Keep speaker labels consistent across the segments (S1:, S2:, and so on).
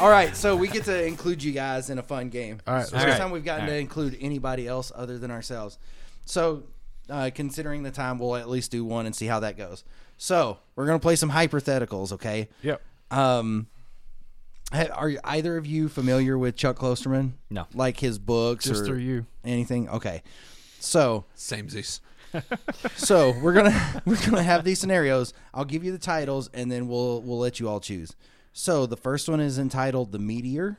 S1: All right, so we get to include you guys in a fun game.
S2: All right,
S1: so
S2: let's
S1: first
S2: go.
S1: time we've gotten
S3: All
S1: to
S3: right.
S1: include anybody else other than ourselves. So, uh, considering the time, we'll at least do one and see how that goes. So, we're gonna play some hypotheticals, okay?
S2: Yep.
S1: Um, ha- are either of you familiar with Chuck Klosterman?
S3: No.
S1: like his books
S2: Just
S1: or
S2: through you.
S1: anything. Okay, so
S4: Same Zeus.
S1: so we're gonna we're gonna have these scenarios. I'll give you the titles, and then we'll we'll let you all choose. So the first one is entitled "The Meteor."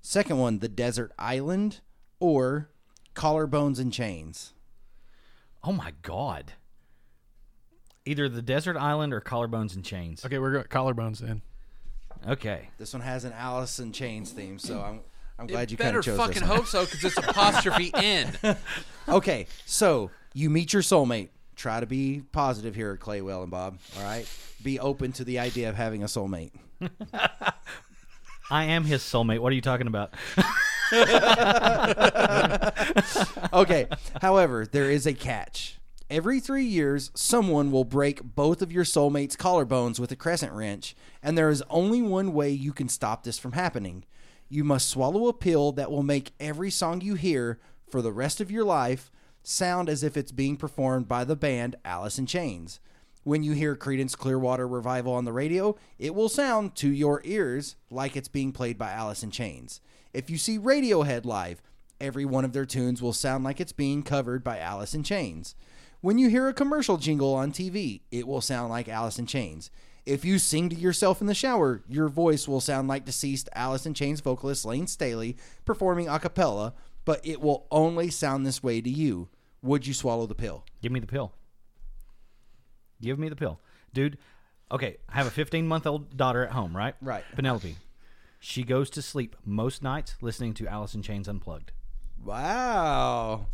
S1: Second one, "The Desert Island," or "Collarbones and Chains."
S3: Oh my god. Either the desert island or collarbones and chains.
S2: Okay, we're going collarbones in.
S3: Okay.
S1: This one has an Alice in Chains theme, so I'm I'm glad you kind
S4: Better
S1: of chose
S4: fucking
S1: this one.
S4: hope so, because it's apostrophe N.
S1: Okay, so you meet your soulmate. Try to be positive here, Clay, Will, and Bob. All right, be open to the idea of having a soulmate.
S3: I am his soulmate. What are you talking about?
S1: okay. However, there is a catch. Every three years, someone will break both of your soulmates' collarbones with a crescent wrench, and there is only one way you can stop this from happening. You must swallow a pill that will make every song you hear for the rest of your life sound as if it's being performed by the band Alice in Chains. When you hear Credence Clearwater Revival on the radio, it will sound to your ears like it's being played by Alice in Chains. If you see Radiohead live, every one of their tunes will sound like it's being covered by Alice in Chains. When you hear a commercial jingle on TV, it will sound like Alice in Chains. If you sing to yourself in the shower, your voice will sound like deceased Alice in Chains vocalist Lane Staley performing a cappella, but it will only sound this way to you. Would you swallow the pill?
S3: Give me the pill. Give me the pill. Dude, okay, I have a 15 month old daughter at home, right?
S1: Right.
S3: Penelope. She goes to sleep most nights listening to Alice in Chains Unplugged.
S1: Wow.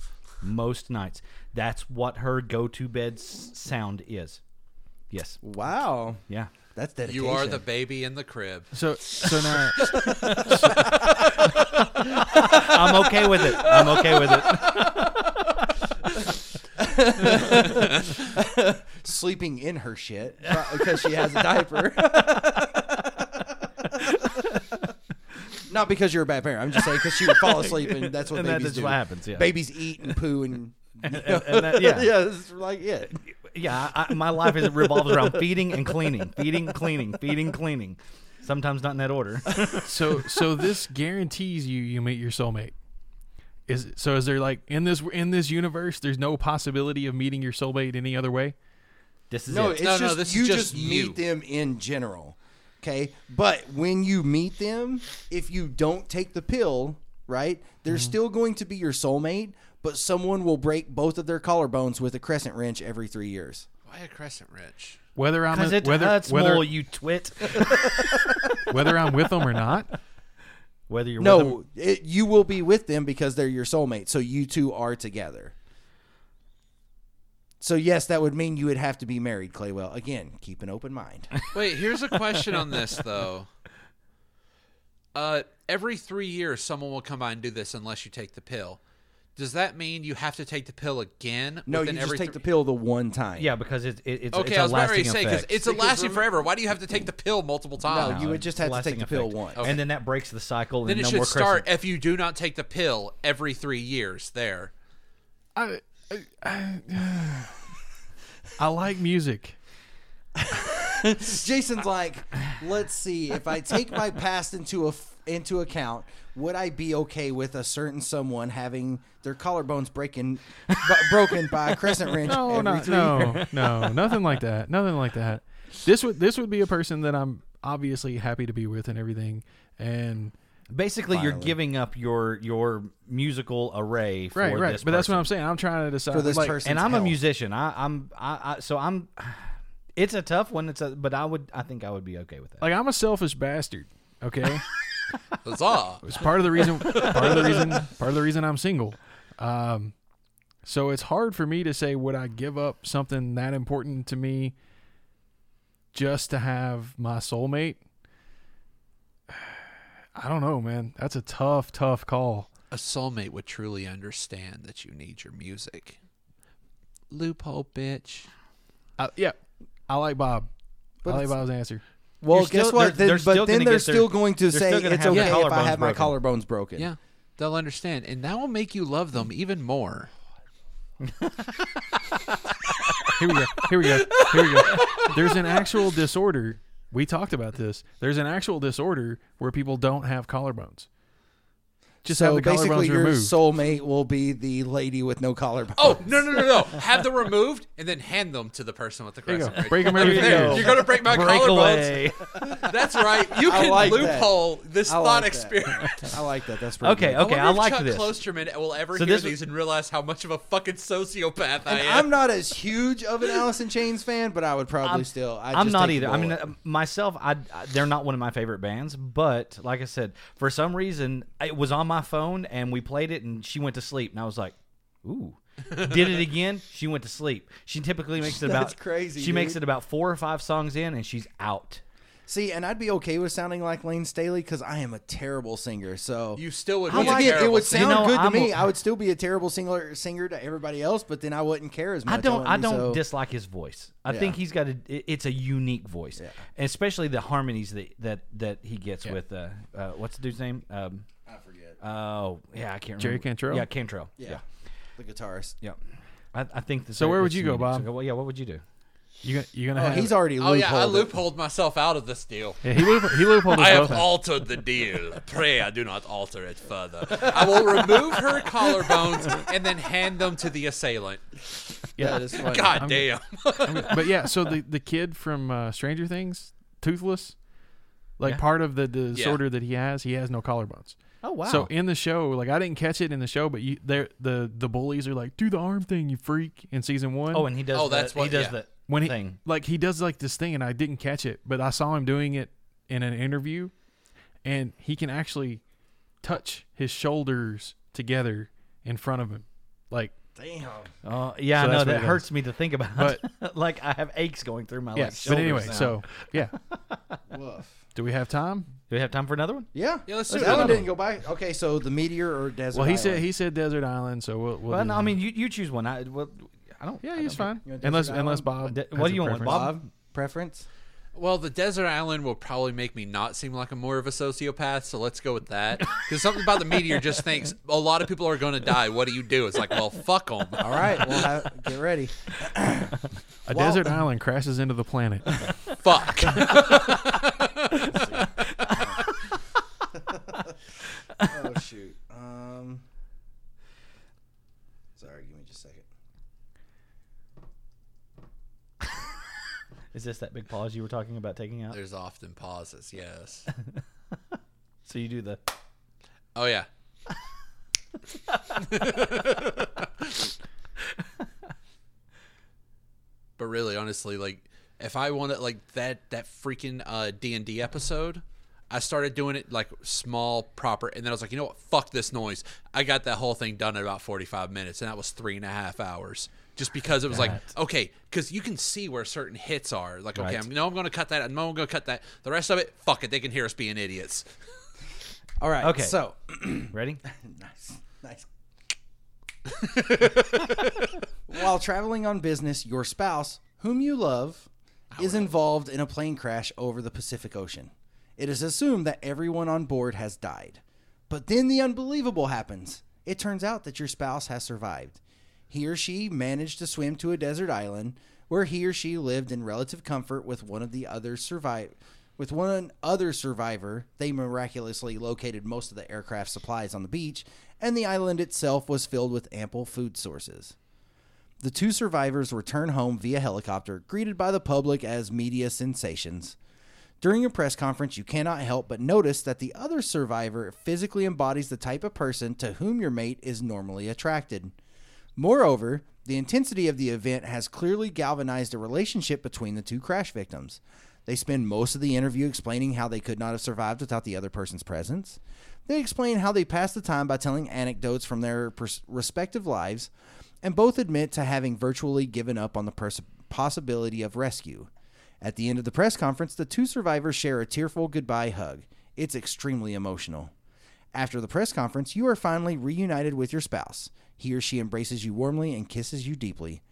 S3: Most nights. That's what her go to bed s- sound is. Yes.
S1: Wow.
S3: Yeah.
S1: That's dedication.
S4: You are the baby in the crib.
S2: So so now
S3: I'm okay with it. I'm okay with it.
S1: sleeping in her shit because she has a diaper. Not because you're a bad parent. I'm just saying because she would fall asleep and that's what
S3: And
S1: babies
S3: that's
S1: do.
S3: what happens, yeah.
S1: Babies eat and poo and
S3: And that- yeah.
S1: yeah, it's like it.
S3: Yeah, I, I- my life is, revolves around feeding and cleaning, feeding, cleaning, feeding, cleaning. Sometimes not in that order.
S2: so so this guarantees you you meet your soulmate. Is so is there like in this in this universe there's no possibility of meeting your soulmate any other way?
S3: This is
S1: No,
S3: it.
S1: it's
S4: No, no,
S1: just
S4: this is
S1: you
S4: just
S1: just
S4: you.
S1: meet them in general. Okay, but when you meet them, if you don't take the pill, right, they're
S3: Mm-hmm.
S1: still going to be your soulmate. But someone will break both of their collarbones with a crescent wrench every three years.
S4: Why a crescent wrench?
S2: Whether I'm
S3: Because
S2: a,
S3: it
S2: whether
S3: hurts
S2: whether
S3: more, you twit.
S2: whether I'm with them or not.
S3: Whether you're with them-
S1: No, it, you will be with them because they're your soulmate. So you two are together. So yes, that would mean you would have to be married, Claywell. Again, keep an open mind.
S4: Wait, here's a question on this though. Uh, every three years, someone will come by and do this unless you take the pill. Does that mean you have to take the pill again?
S1: No, you
S4: within
S1: just
S4: every
S1: take
S4: three-
S1: the pill the one time.
S3: yeah, because it's it, it's
S4: Okay,
S3: it's
S4: I
S3: a
S4: was about
S3: lasting
S4: to say because
S3: effect.
S4: it's a lasting forever. Why do you have to take the pill multiple
S1: No,
S4: times?
S1: you would just have to
S3: lasting
S1: take the pill
S3: effect.
S1: once.
S3: and then that breaks the cycle.
S4: then
S3: and
S4: it
S3: no
S4: should
S3: more
S4: start
S3: crescent.
S4: if you do not take the pill every three years. There,
S2: I I, I- I like music.
S1: Jason's like, let's see if I take my past into a into account, would I be okay with a certain someone having their collarbones breaking b- broken by a crescent wrench
S2: No,
S3: Oh,
S1: every
S2: not,
S1: three years?
S2: no, no, nothing like that. Nothing like that. This would this would be a person that I'm obviously happy to be with and everything. And
S3: Basically, you're
S1: Finally.
S3: giving up your your musical array for
S2: right, right.
S3: this.
S2: But that's what
S3: person.
S2: I'm saying. I'm trying to decide
S1: For this
S2: like,
S1: person.
S3: And I'm a
S1: Hell.
S3: musician. I, I'm I, I so I'm. It's a tough one. It's a but I would I think I would be okay with that.
S2: Like I'm a selfish bastard. Okay,
S4: huzzah!
S2: it's part of the reason. Part of the reason. Part of the reason I'm single. Um, so it's hard for me to say would I give up something that important to me just to have my soulmate. I don't know, man. That's a tough, tough call.
S4: a soulmate would truly understand that you need your music. Loophole, bitch.
S3: Uh,
S2: I, yeah, I like Bob.
S1: But
S2: I like
S1: it's-
S2: Bob's answer.
S1: Well,
S3: You're
S1: guess
S3: still-
S1: what?
S3: they're-
S1: then,
S3: they're
S1: but
S3: still
S1: then
S3: gonna
S1: they're
S3: get their-
S1: still going to
S3: they're
S1: say
S3: still gonna
S1: it's
S3: have
S1: okay
S3: their
S1: if I
S3: collarbones
S1: have my
S3: broken.
S1: collarbones broken.
S4: Yeah, they'll understand, and that will make you love them even more.
S2: Here we go. Here we go. Here we go. There's an actual disorder. We talked about this. There's an actual disorder where people don't have collarbones. Just
S1: so
S2: have the
S1: basically,
S2: collarbones
S1: your
S2: removed.
S1: soulmate will be the lady with no collarbone.
S4: Oh no no no no! Have them removed and then hand them to the person with the
S2: There you
S4: crescent.
S2: go.
S4: wrench.
S2: Break them everything
S4: There,
S2: else.
S4: You're gonna break my
S3: Break
S4: collarbones.
S3: away.
S4: That's right. You
S1: I
S4: can
S1: like that.
S4: loophole this
S1: I
S4: thought
S1: like that.
S4: experiment.
S1: I like that. That's pretty
S3: okay,
S1: good.
S3: okay,
S4: I,
S3: I,
S4: wonder if
S3: like
S4: Chuck
S3: this.
S4: Klosterman will ever
S3: So
S4: hear
S3: this-
S4: these and realize how much of a fucking sociopath
S1: And
S4: I am.
S1: I'm not as huge of an Alice in Chains fan, but I would probably
S3: I'm-
S1: still. I
S3: I'm
S1: just
S3: not
S1: take the
S3: either. I mean,
S1: bullet.
S3: uh, myself, I, I- they're not one of my favorite bands, but like I said, for some reason, it was on my phone and we played it, and she went to sleep, and I was like, "Ooh." Did it again? She went to sleep. She typically makes it about
S1: That's crazy,
S3: She makes
S1: dude.
S3: it about four or five songs in, and she's out.
S1: see, and I'd be okay with sounding like Lane Staley because I am a terrible singer. So
S4: you still would.
S1: I
S4: be a
S1: like it. It
S4: terrible
S1: would
S4: singer.
S1: sound
S3: You know,
S1: good to
S3: I'm a-
S1: me. I would still be a terrible singer singer to everybody else, but then I wouldn't care as much.
S3: I don't. I
S1: wouldn't be
S3: don't
S1: so-
S3: dislike his voice. I think he's got a. it- It's a unique voice, especially the harmonies that that that he gets with. Uh, uh, what's the dude's name? Um,
S1: I forget
S3: oh yeah, I can't.
S2: Jerry
S3: remember.
S2: Cantrell?
S3: Yeah, Cantrell.
S1: Yeah. the guitarist.
S3: Yeah. I, I think that
S2: So
S3: there-
S2: where would
S3: it's
S2: you go,
S3: needed.
S2: Bob?
S3: So, well, yeah, what would you do?
S2: you, you're gonna
S1: Oh,
S2: have.
S1: he's already.
S4: Oh yeah,
S1: loopholed
S4: I
S1: it.
S4: loopholed myself out of this deal.
S2: yeah, he loop, he loopholed us
S4: I
S2: both
S4: have
S2: out.
S4: altered the deal. Pray I do not alter it further. I will remove her collarbones and then hand them to the assailant.
S2: Yeah.
S1: That is funny.
S4: God
S2: I'm-
S4: damn.
S2: but yeah, so the the kid from uh, Stranger Things, Toothless, like
S3: Yeah.
S2: part of the disorder that he has, he has no collarbones.
S3: Oh wow.
S2: So in the show, like I didn't catch it in the show, but you there the the bullies are like, do the arm thing, you freak, in season one.
S3: oh, and he does.
S4: Oh,
S3: the-
S4: that's
S3: he
S4: what-
S3: does
S4: yeah.
S3: the
S2: when he
S3: thing.
S2: like he does like this thing, and I didn't catch it, but I saw him doing it in an interview, and he can actually touch his shoulders together in front of him, like
S1: Damn.
S3: Oh yeah,
S2: So
S3: I know
S2: that's what
S3: that
S2: he does.
S3: hurts me to think about. like I have aches going through my
S2: yeah.
S3: legs.
S2: But anyway, so yeah,
S1: Woof.
S2: do we have time?
S3: do we have time for another one?
S1: Yeah.
S4: Yeah, let's do
S1: that
S4: another
S1: one didn't go by. Okay, so the meteor or desert.
S2: Well, he
S1: island.
S2: said he said desert island, so we'll. we'll
S3: Well,
S2: do
S3: no,
S2: that.
S3: I mean, you, you choose one. I well, I don't.
S2: yeah, he's fine.
S1: You want
S2: Unless
S1: desert
S2: unless
S1: island?
S2: Bob,
S3: De-
S2: has
S3: what
S2: a
S3: do you want,
S2: preference.
S1: Bob
S3: Bob?
S1: preference.
S4: Well, the desert island will probably make me not seem like I'm more of a sociopath, so let's go with that. Because something about the meteor just thinks a lot of people are going to die. What do you do? It's like, well, fuck them.
S1: All right. Well, have, get ready.
S2: A desert island crashes into the planet.
S4: Fuck.
S1: Oh shoot. Um. Sorry, give me just a second.
S3: Is this that big pause you were talking about taking out?
S4: There's often pauses, yes.
S3: So you do the.
S4: Oh, yeah. but really, honestly, like, if I wanted, like, that, that freaking uh, D&D episode... I started doing it like small, proper, and then I was like, you know what? Fuck this noise. I got that whole thing done in about 45 minutes, and that was three and a half hours. Just because it was like, okay, because you can see where certain hits are. Like, okay,
S3: Right.
S4: I'm, no, I'm going to cut that. No, I'm going to cut that. The rest of it, fuck it. They can hear us being idiots.
S1: All right.
S3: Okay.
S1: So
S3: Ready?
S1: nice, nice. While traveling on business, your spouse, whom you love, is involved in a plane crash over the Pacific Ocean. It is assumed that everyone on board has died. But then the unbelievable happens. It turns out that your spouse has survived. He or she managed to swim to a desert island where he or she lived in relative comfort with one of the other survive with one other survivor. They miraculously located most of the aircraft supplies on the beach, and the island itself was filled with ample food sources. The two survivors return home via helicopter, greeted by the public as media sensations. During a press conference, you cannot help but notice that the other survivor physically embodies the type of person to whom your mate is normally attracted. Moreover, the intensity of the event has clearly galvanized a relationship between the two crash victims. They spend most of the interview explaining how they could not have survived without the other person's presence. They explain how they passed the time by telling anecdotes from their pers- respective lives, and both admit to having virtually given up on the pers- possibility of rescue. At the end of the press conference, the two survivors share a tearful goodbye hug. It's extremely emotional. After the press conference, you are finally reunited with your spouse. He or she embraces you warmly and kisses you deeply.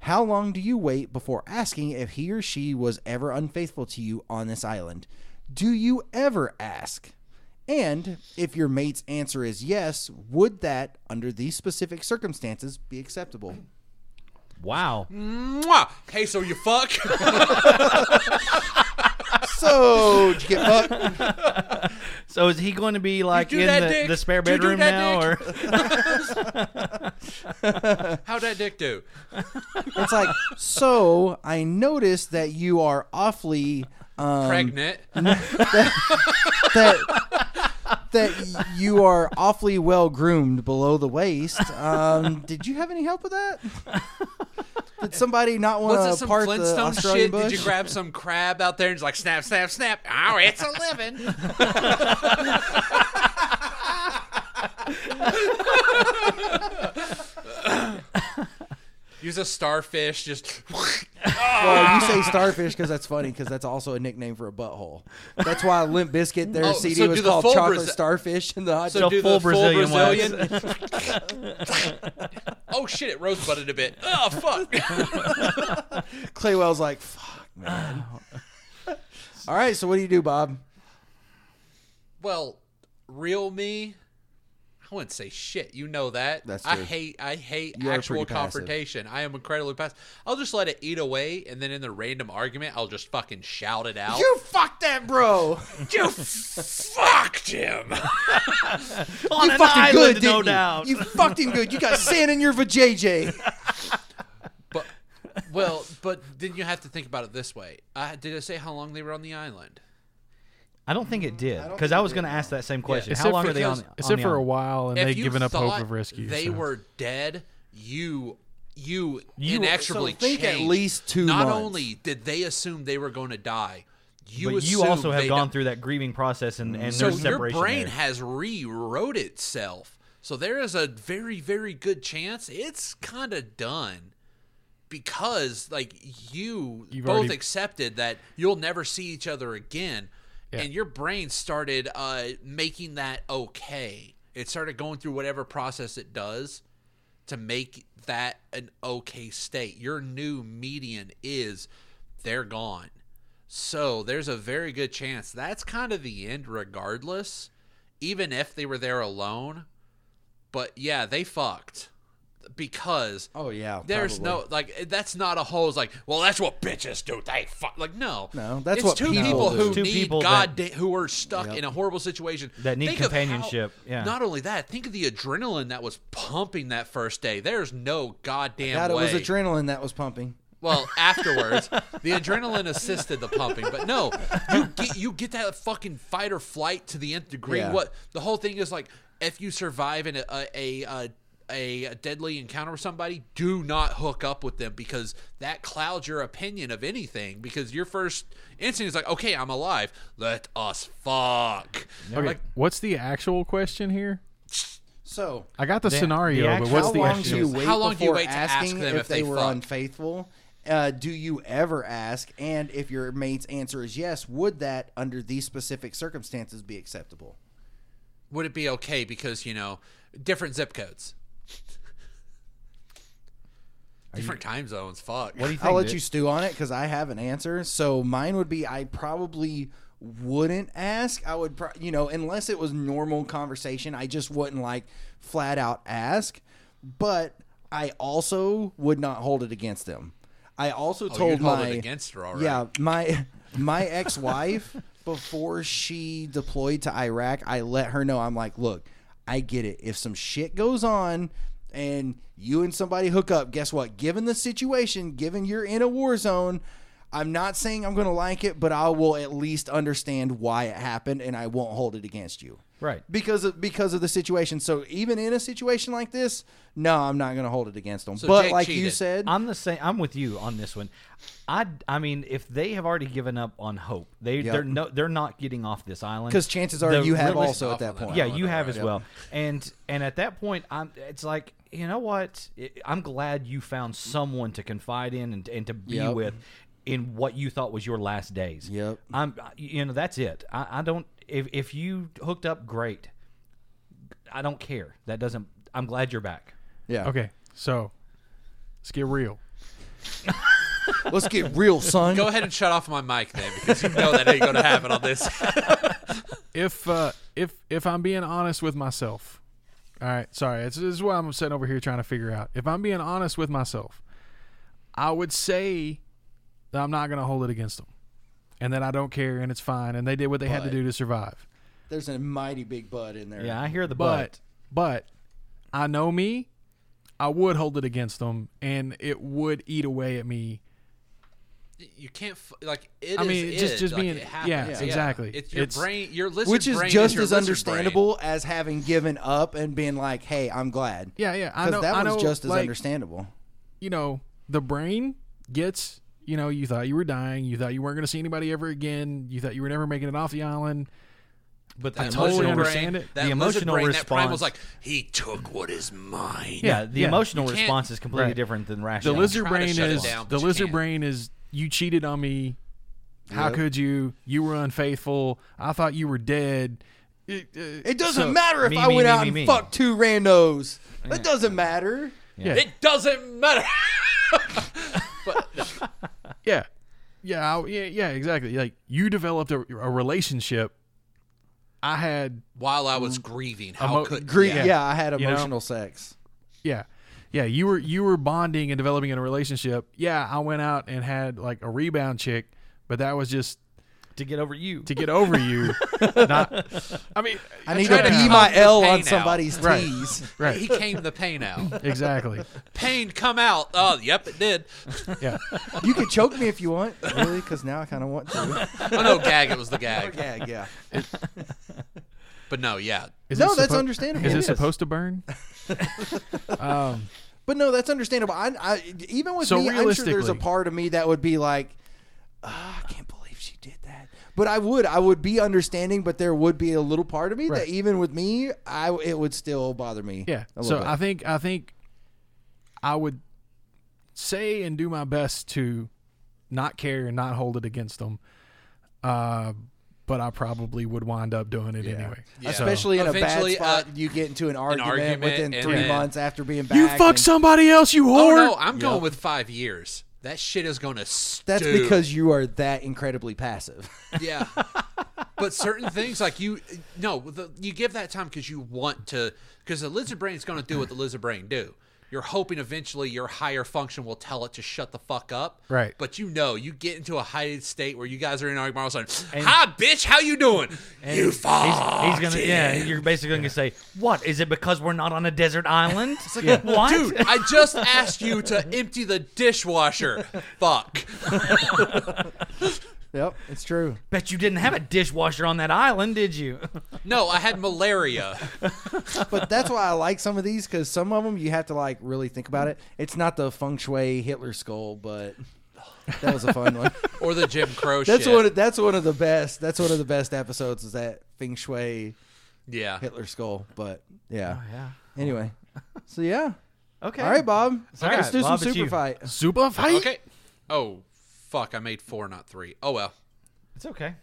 S1: How long do you wait before asking if he or she was ever unfaithful to you on this island? Do you ever ask? And if your mate's answer is yes, would that, under these specific circumstances, be acceptable?
S3: Wow.
S4: Mm. Mwah! Hey, so you fuck?
S1: So, did you get fucked?
S3: So is he going to be like
S4: do
S3: in
S4: that,
S3: the,
S4: Dick?
S3: the spare
S4: Do you do
S3: bedroom
S4: that,
S3: now, or
S4: How'd that dick do?
S1: It's like, so I noticed that you are awfully um,
S4: Pregnant.
S1: that that you are awfully well groomed below the waist. Um, did you have any help with that? Did somebody not want
S4: Was it
S1: to
S4: some
S1: uh, part the
S4: Flintstone
S1: Australian
S4: shit?
S1: bush?
S4: Did you grab some crab out there and just like snap, snap, snap? Oh, it's a living. Use a starfish, just
S1: well, Oh, you say starfish because that's funny because that's also a nickname for a butthole. That's why Limp Biscuit their
S4: Oh,
S1: CD
S4: so
S1: was
S4: do the
S1: called
S4: full
S1: Chocolate
S4: Brazi-
S1: Starfish and the hot
S4: so
S3: The
S4: do
S3: full
S4: the full
S3: Brazilian
S4: Brazilian.
S3: wax.
S4: oh shit! It rose butted a bit. Oh fuck!
S1: Claywell's like, fuck man. All right, so what do you do, Bob?
S4: well, real me. I wouldn't say shit. You know that.
S1: That's
S4: I
S1: true.
S4: hate. I hate
S1: You are
S4: actual
S1: pretty passive.
S4: confrontation. I am incredibly passive. I'll just let it eat away, and then in the random argument, I'll just fucking shout it out.
S1: You fucked that bro.
S4: you fucked him.
S3: on an
S1: fucked him
S3: island,
S1: good, didn't
S3: no
S1: you?
S3: doubt?
S1: You fucked him good. You got sand in your vajayjay.
S4: But well, but then you have to think about it this way. I did I say how long they were on the island?
S3: I don't think it did because I was going to ask that same question. How
S2: Except
S3: long
S2: for,
S3: are they on?
S2: because- Except
S3: on
S2: for
S3: the
S2: a
S3: island?
S2: while, and they've
S4: you
S2: given up hope
S4: thought
S2: of rescue.
S4: They
S2: so.
S4: were dead. You, you,
S3: You-
S4: inexorably
S1: so think at
S4: changed.
S1: least two
S4: Not
S1: months.
S4: only did they assume they were going to die, you
S3: But you
S4: assumed
S3: also have
S4: they
S3: gone
S4: di-
S3: through that grieving process and and
S4: So
S3: there's
S4: your
S3: separation.
S4: brain
S3: there.
S4: has rewrote itself. So there is a very, very good chance it's kind of done because, like, you
S2: You've
S4: both
S2: already-
S4: accepted that you'll never see each other again, and your brain started uh, making that okay. It started going through whatever process it does to make that an okay state. Your new median is they're gone. So there's a very good chance that's kind of the end, regardless, even if they were there alone. But yeah, they fucked because
S1: Oh yeah,
S4: there's
S1: probably.
S4: no like eh, that's not a whole. It's like well, that's what bitches do. They fuck like no,
S1: No, that's
S4: it's
S1: what
S4: two
S1: people
S4: people,
S1: do.
S4: who
S3: Two
S4: need
S3: people
S4: god
S3: that-
S4: da- who are stuck in a horrible situation
S3: That need
S4: Think of how-
S3: companionship, yeah.
S4: not only that, think of the adrenaline that was pumping that first day. There's no goddamn
S1: God, it
S4: way.
S1: was adrenaline that was pumping.
S4: Well, afterwards, the adrenaline assisted the pumping, but no, you get you get that fucking fight or flight to the nth degree.
S1: Yeah.
S4: What the whole thing is like, if you survive in a a, a a a deadly encounter with somebody, do not hook up with them because that clouds your opinion of anything. Because your first instinct is like, okay, I'm alive. Let us fuck.
S2: Okay,
S4: Like,
S2: what's the actual question here?
S1: So,
S2: I got the, scenario,
S3: the
S2: but
S3: actual-
S2: what's
S1: how
S2: the
S1: long do
S2: actual?
S1: you wait
S4: How long do you
S1: before
S4: wait to ask
S1: asking
S4: them if
S1: they,
S4: they
S1: were
S4: fuck?
S1: unfaithful? Uh, do you ever ask? And if your mate's answer is yes, would that, under these specific circumstances, be acceptable?
S4: would it be okay because you know different zip codes, different time zones? Fuck.
S3: What do you think?
S1: I'll let
S3: dude?
S1: you stew on it because I have an answer. So mine would be I probably wouldn't ask. I would, pro- you know, unless it was normal conversation, I just wouldn't like flat out ask. But I also would not hold it against them. I also
S4: Oh,
S1: told
S4: you'd
S1: my
S4: hold it against her already.
S1: yeah Uh, my my ex wife before she deployed to Iraq, I let her know. I'm like, look, I get it. If some shit goes on and you and somebody hook up, guess what? Given the situation, given you're in a war zone. I'm not saying I'm going to like it, but I will at least understand why it happened and I won't hold it against you.
S3: Right.
S1: Because of because of the situation. So even in a situation like this, no, I'm not going to hold it against them.
S4: So
S1: but
S4: Jake
S1: like you
S4: cheated.
S1: said,
S3: I'm the same. I'm with you on this one. I, I mean, if they have already given up on hope, they
S1: Yep.
S3: they're no they're not getting off this island
S1: because chances are
S3: The
S1: you have
S3: realis-
S1: also at that
S4: awful that
S1: point.
S3: Yeah,
S4: island,
S3: you have
S4: right?
S3: as well. And and at that point, I'm. It's like you know what? It- I'm glad you found someone to confide in and, and to be
S1: Yep.
S3: with in what you thought was your last days.
S1: Yep.
S3: I'm. You know that's it. I, I don't. If if you hooked up, great. I don't care. That doesn't. I'm glad you're back.
S1: Yeah.
S2: Okay, so let's get real.
S1: Let's get real, son.
S4: Go ahead and shut off my mic then, because you know that ain't going to happen on this.
S2: if uh, if if I'm being honest with myself, all right, sorry, this this is what I'm sitting over here trying to figure out. If I'm being honest with myself, I would say that I'm not going to hold it against them, and that I don't care, and it's fine, and they did what they had to
S1: But-
S2: do to survive.
S1: There's a mighty big bud in there.
S3: Yeah, I hear the
S2: But
S3: but.
S2: but I know me, I would hold it against them, and it would eat away at me.
S4: You can't f- like it.
S2: I
S4: is
S2: mean, just-
S4: it.
S2: just
S4: like,
S2: being-
S4: it
S2: yeah,
S4: happens.
S2: exactly.
S4: It's your
S2: It's-
S4: brain. Your lizard
S1: Which is
S4: brain
S1: just
S4: your
S1: as
S4: lizard
S1: understandable as having given up and being like, "Hey, I'm glad."
S2: Yeah, yeah, I
S1: because
S2: know.
S1: that
S2: I
S1: one's
S2: know,
S1: just as
S2: like,
S1: understandable.
S2: you know, the brain gets, you know, you thought you were dying, you thought you weren't going to see anybody ever again, you thought you were never making it off the island.
S3: But
S4: Brain.
S3: the
S4: That
S2: totally
S4: lizard
S3: emotional
S2: understand
S4: brain,
S2: it.
S4: That lizard
S3: The emotional
S4: brain, That primal
S3: response-
S4: was like he took what is mine.
S3: yeah, the
S2: yeah.
S3: emotional
S4: You can't-
S3: response is completely
S2: Right.
S3: different than
S2: The
S3: rational.
S2: lizard
S4: try to
S2: brain
S4: shut it
S2: is
S4: down,
S2: the
S4: but you
S2: lizard
S4: can't.
S2: brain is you cheated on me. How
S1: Yep.
S2: could you? You were unfaithful. I thought you were dead. It, uh,
S1: It doesn't
S2: so-
S1: matter if
S3: me,
S1: I
S3: me,
S1: went
S3: me,
S1: out
S3: me,
S1: and
S3: me.
S1: fucked two randos. It doesn't matter.
S2: Yeah,
S4: It doesn't matter.
S2: yeah, yeah, I- yeah, yeah. Exactly. Like you developed a, a relationship. I had
S4: While I was grieving, how
S2: Emo-
S4: could
S1: Gre- yeah.
S4: yeah.
S1: I had
S2: know?
S1: emotional sex.
S2: Yeah. Yeah, you were you were bonding and developing in a relationship. Yeah, I went out and had like a rebound chick, but that was just
S3: to get over you.
S2: to get over you. not I mean
S1: I need to
S4: tried to
S1: be
S4: calm
S1: my
S4: the
S1: L
S4: pain
S1: on
S4: out.
S1: somebody's
S2: Right.
S1: tease.
S2: right.
S4: He came the pain out.
S2: Exactly.
S4: Pain come out. Oh, yep, it did.
S2: Yeah.
S1: You can choke me if you want, really, because now I kind of want to.
S4: Oh no, gag. It was the gag.
S1: yeah, yeah.
S4: But no, yeah.
S2: Is
S1: No,
S2: it
S1: that's
S2: suppo-
S1: understandable.
S2: Is it
S3: It is.
S2: supposed to burn? um
S1: But no, that's understandable. I, I even with
S2: So
S1: me, I'm sure there's a
S2: realistically-
S1: part of me that would be like, "Ah, I can't believe she did that. But I would, I would be understanding. But there would be a little part of me that even with me, I it would still bother me.
S2: yeah.
S1: a
S2: So
S1: little bit.
S2: I think I think I would say and do my best to not care and not hold it against them. Uh but I probably would wind up doing it anyway.
S4: Yeah.
S2: So-
S1: Especially in a bad
S4: Eventually,
S1: spot,
S4: uh,
S1: you get into an argument,
S4: argument
S1: within
S4: and
S1: three
S4: then-
S1: months after being back.
S2: You fuck
S1: and
S2: somebody else, you whore.
S4: Oh no, I'm going with five years. That shit is going to stew.
S1: That's because you are that incredibly passive.
S4: yeah. But certain things like you no, the, you give that time because you want to because the lizard brain is going to do what the lizard brain do. You're hoping eventually your higher function will tell it to shut the fuck up.
S2: Right.
S4: But you know, you get into a heightened state where you guys are in argument all of a sudden. Hi, bitch, how you doing? You fuck.
S3: He's gonna, yeah. You're basically gonna say, "What is it? Because we're not on a desert island? What?
S4: Dude, I just asked you to empty the dishwasher. Fuck.
S1: yep, it's true.
S3: Bet you didn't have a dishwasher on that island, did you?
S4: No, I had malaria.
S1: But that's why I like some of these because some of them you have to like really think about it. It's not the feng shui Hitler skull, but that was a fun one.
S4: Or the Jim Crow
S1: That's
S4: shit.
S1: one. of- That's one of the best. That's one of the best episodes. Is that feng shui
S4: yeah.
S1: Hitler skull? But yeah.
S3: yeah.
S1: Anyway, so yeah.
S3: Okay.
S1: All right, Bob.
S3: Okay,
S1: Let's do
S3: Bob,
S1: some
S3: it's
S1: super
S3: you.
S1: fight.
S2: Super fight.
S4: Okay. Oh, fuck. I made four, not three. Oh, well.
S3: It's okay.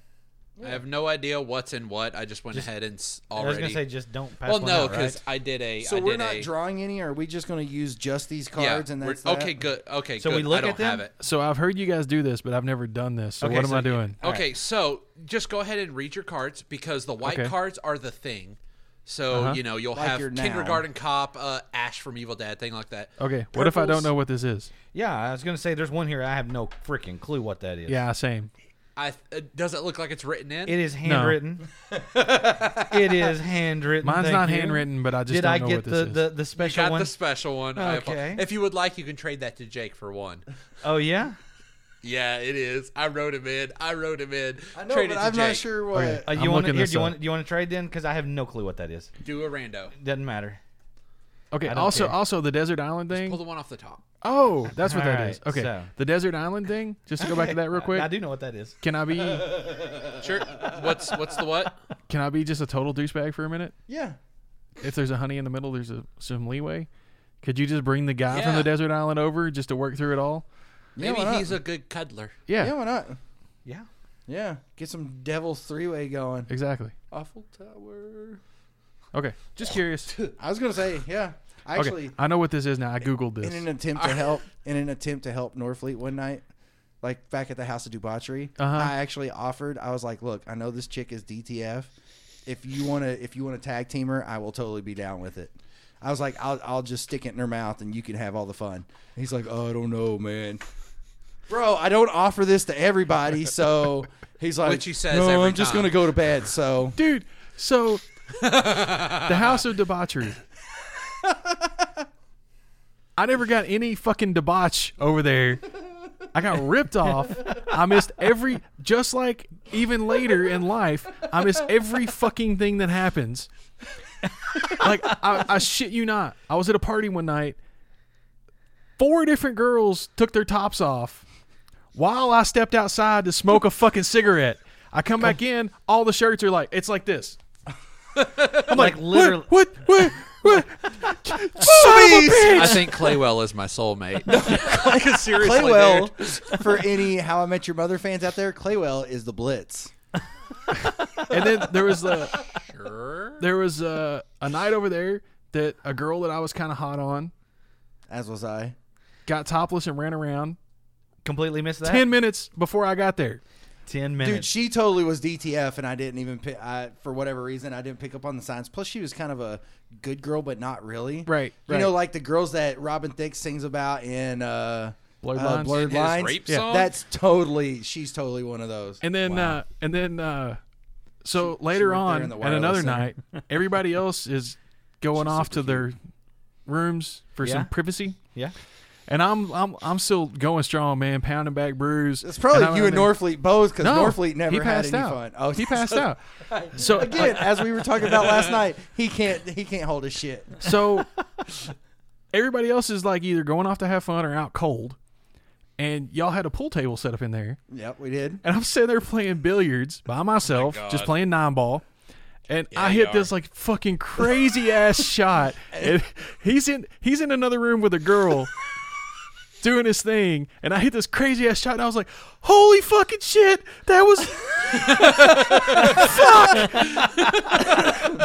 S4: I have no idea what's in what. I just went ahead and s- already.
S3: I was gonna say, just don't pass
S4: well,
S3: one
S4: no,
S3: out,
S4: because
S3: right?
S4: I did a.
S1: So
S4: I
S1: we're
S4: did
S1: not
S4: a,
S1: drawing any. Or are we just going to use just these
S4: yeah,
S1: cards and
S4: we're-
S1: that's that?
S4: okay. Good. Okay.
S3: So
S4: good.
S3: we look
S4: I don't
S3: at them?
S4: have it.
S2: So I've heard you guys do this, but I've never done this. So
S3: Okay,
S2: what am
S3: so
S2: I
S3: you-
S2: doing?
S3: All right.
S4: okay, so just go ahead and read your cards because the white
S2: Okay.
S4: cards are the thing. So
S3: Uh-huh.
S4: you know you'll
S1: Like
S4: have
S1: your noun.
S4: kindergarten cop, uh, Ash from Evil Dead, thing like that.
S2: Okay. What if I don't
S4: Purples-
S2: know what this is?
S3: Yeah, I was gonna say, there's one here. I have no freaking clue what that is.
S2: Yeah, same.
S4: I uh, does it look like it's written in?
S3: It is handwritten. it is handwritten.
S2: Mine's
S3: thank
S2: not
S3: you.
S2: handwritten, but I just
S3: Did
S2: don't
S3: I
S2: know
S3: get
S2: what
S3: the,
S2: this
S3: the
S2: is.
S3: the
S4: You
S3: special
S4: got
S3: one?
S4: the special one. I apo-
S3: Okay.
S4: If you would like, you can trade that to Jake for one.
S3: oh yeah.
S4: Yeah, it is. I wrote him in. I wrote him in.
S1: I know,
S4: Trade
S1: but
S4: it to
S1: I'm not
S4: Jake.
S1: sure what.
S2: Okay.
S3: Uh,
S2: I'm
S3: you want
S2: looking
S3: here?
S2: this
S3: Do you
S2: up.
S3: want do you want to trade then? Because I have no clue what that is.
S4: Do a rando.
S3: Doesn't matter.
S2: Okay.
S3: don't
S2: Also,
S3: care.
S2: also the desert island
S4: Pull
S2: thing.
S4: the one off the top.
S2: Oh, that's what
S3: All
S2: that
S3: right,
S2: is. Okay.
S3: so-
S2: The desert island thing. Just to go back to that real quick.
S3: Uh, I, I do know what that is.
S2: Can I be?
S4: Uh, Sure. What's what's the what?
S2: Can I be just a total douchebag for a minute?
S1: Yeah.
S2: If there's a honey in the middle, there's a, some leeway. Could you just bring the guy from
S4: Yeah.
S2: the desert island over just to work through it all?
S1: Yeah,
S4: Maybe
S1: why not?
S4: he's a good cuddler.
S2: Yeah.
S1: Yeah. Why not?
S3: Yeah.
S1: Yeah. Get some devil's three way going.
S2: Exactly.
S4: Awful Tower.
S2: Okay, just curious.
S1: I was gonna say, yeah. I actually,
S2: okay, I know what this is now. I googled
S1: in an
S2: this.
S1: attempt to help, in an attempt to help Norfleet one night, like back at the House of Debauchery,
S2: Uh-huh.
S1: I actually offered. I was like, "Look, I know this chick is DTF. If you wanna, if you wanna tag team her, I will totally be down with it." I was like, "I'll, I'll just stick it in her mouth, and you can have all the fun." And he's like, "Oh, I don't know, man." Bro, I don't offer this to everybody, so he's like,
S4: Which he says
S1: "No,
S4: every
S1: I'm just
S4: time."
S1: gonna go to bed." So
S2: Dude, so the House of Debauchery. I never got any fucking debauch over there. I got ripped off. I missed every, just like even later in life, I missed every fucking thing that happens. Like, I, I shit you not. I was at a party one night. Four different girls took their tops off while I stepped outside to smoke a fucking cigarette. I come back in, all the shirts are like, it's like this.
S3: I'm like, literally.
S2: What? What? What? Son of a
S4: I
S2: bitch!
S4: think Claywell is my soulmate.
S3: Like, seriously,
S1: Claywell,
S3: dude.
S1: for any How I Met Your Mother fans out there, Claywell is the Blitz.
S2: And then there was the
S4: Sure.
S2: there was a, a night over there that a girl that I was kind of hot on
S1: As was I.
S2: got topless and ran around
S3: Completely missed that.
S2: ten minutes before I got there.
S3: Ten
S1: Dude,
S3: minutes.
S1: she totally was DTF, and I didn't even pick, I, for whatever reason, I didn't pick up on the signs. Plus, she was kind of a good girl, but not really.
S2: Right,
S1: You
S2: right.
S1: know, like the girls that Robin Thicke sings about in uh,
S2: Blurred
S1: uh,
S2: Lines?
S1: Blurred
S4: In his
S1: Lines.
S4: rape Yeah. song?
S1: That's totally, she's totally one of those.
S2: And then uh, and then uh, so
S1: went
S2: later
S1: there
S2: on
S1: in the
S2: at another
S1: wireless
S2: night, everybody else is going off to their rooms for
S3: Yeah.
S2: some privacy.
S3: Yeah.
S2: And I'm I'm I'm still going strong, man, pounding back brews.
S1: it's probably
S2: I'm
S1: you
S2: out
S1: and
S2: there-
S1: Norfleet both, because
S2: No,
S1: Norfleet never
S2: he
S1: had
S2: passed
S1: any
S2: out.
S1: fun. Oh,
S2: He passed out. So
S1: Again, as we were talking about last night, he can't he can't hold his shit.
S2: So everybody else is like either going off to have fun or out cold. And y'all had a pool table set up in there.
S1: Yep, we did.
S2: And I'm sitting there playing billiards by myself,
S4: Oh God.
S2: just playing nine ball. And I
S4: you
S2: hit
S4: are.
S2: this like fucking crazy ass shot. And he's in he's in another room with a girl doing his thing. And I hit this crazy ass shot and I was like, holy fucking shit, that was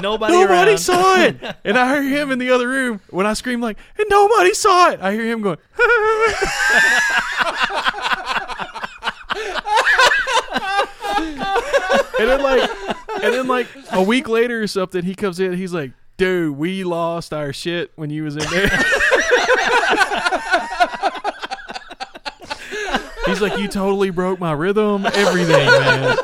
S3: Nobody.
S2: Nobody
S3: around.
S2: saw it. And I heard him in the other room when I screamed like, and nobody saw it. I hear him going, and then like, and then like a week later or something, he comes in. He's like, dude, we lost our shit when you was in there. He's like, you totally broke my rhythm, everything, man.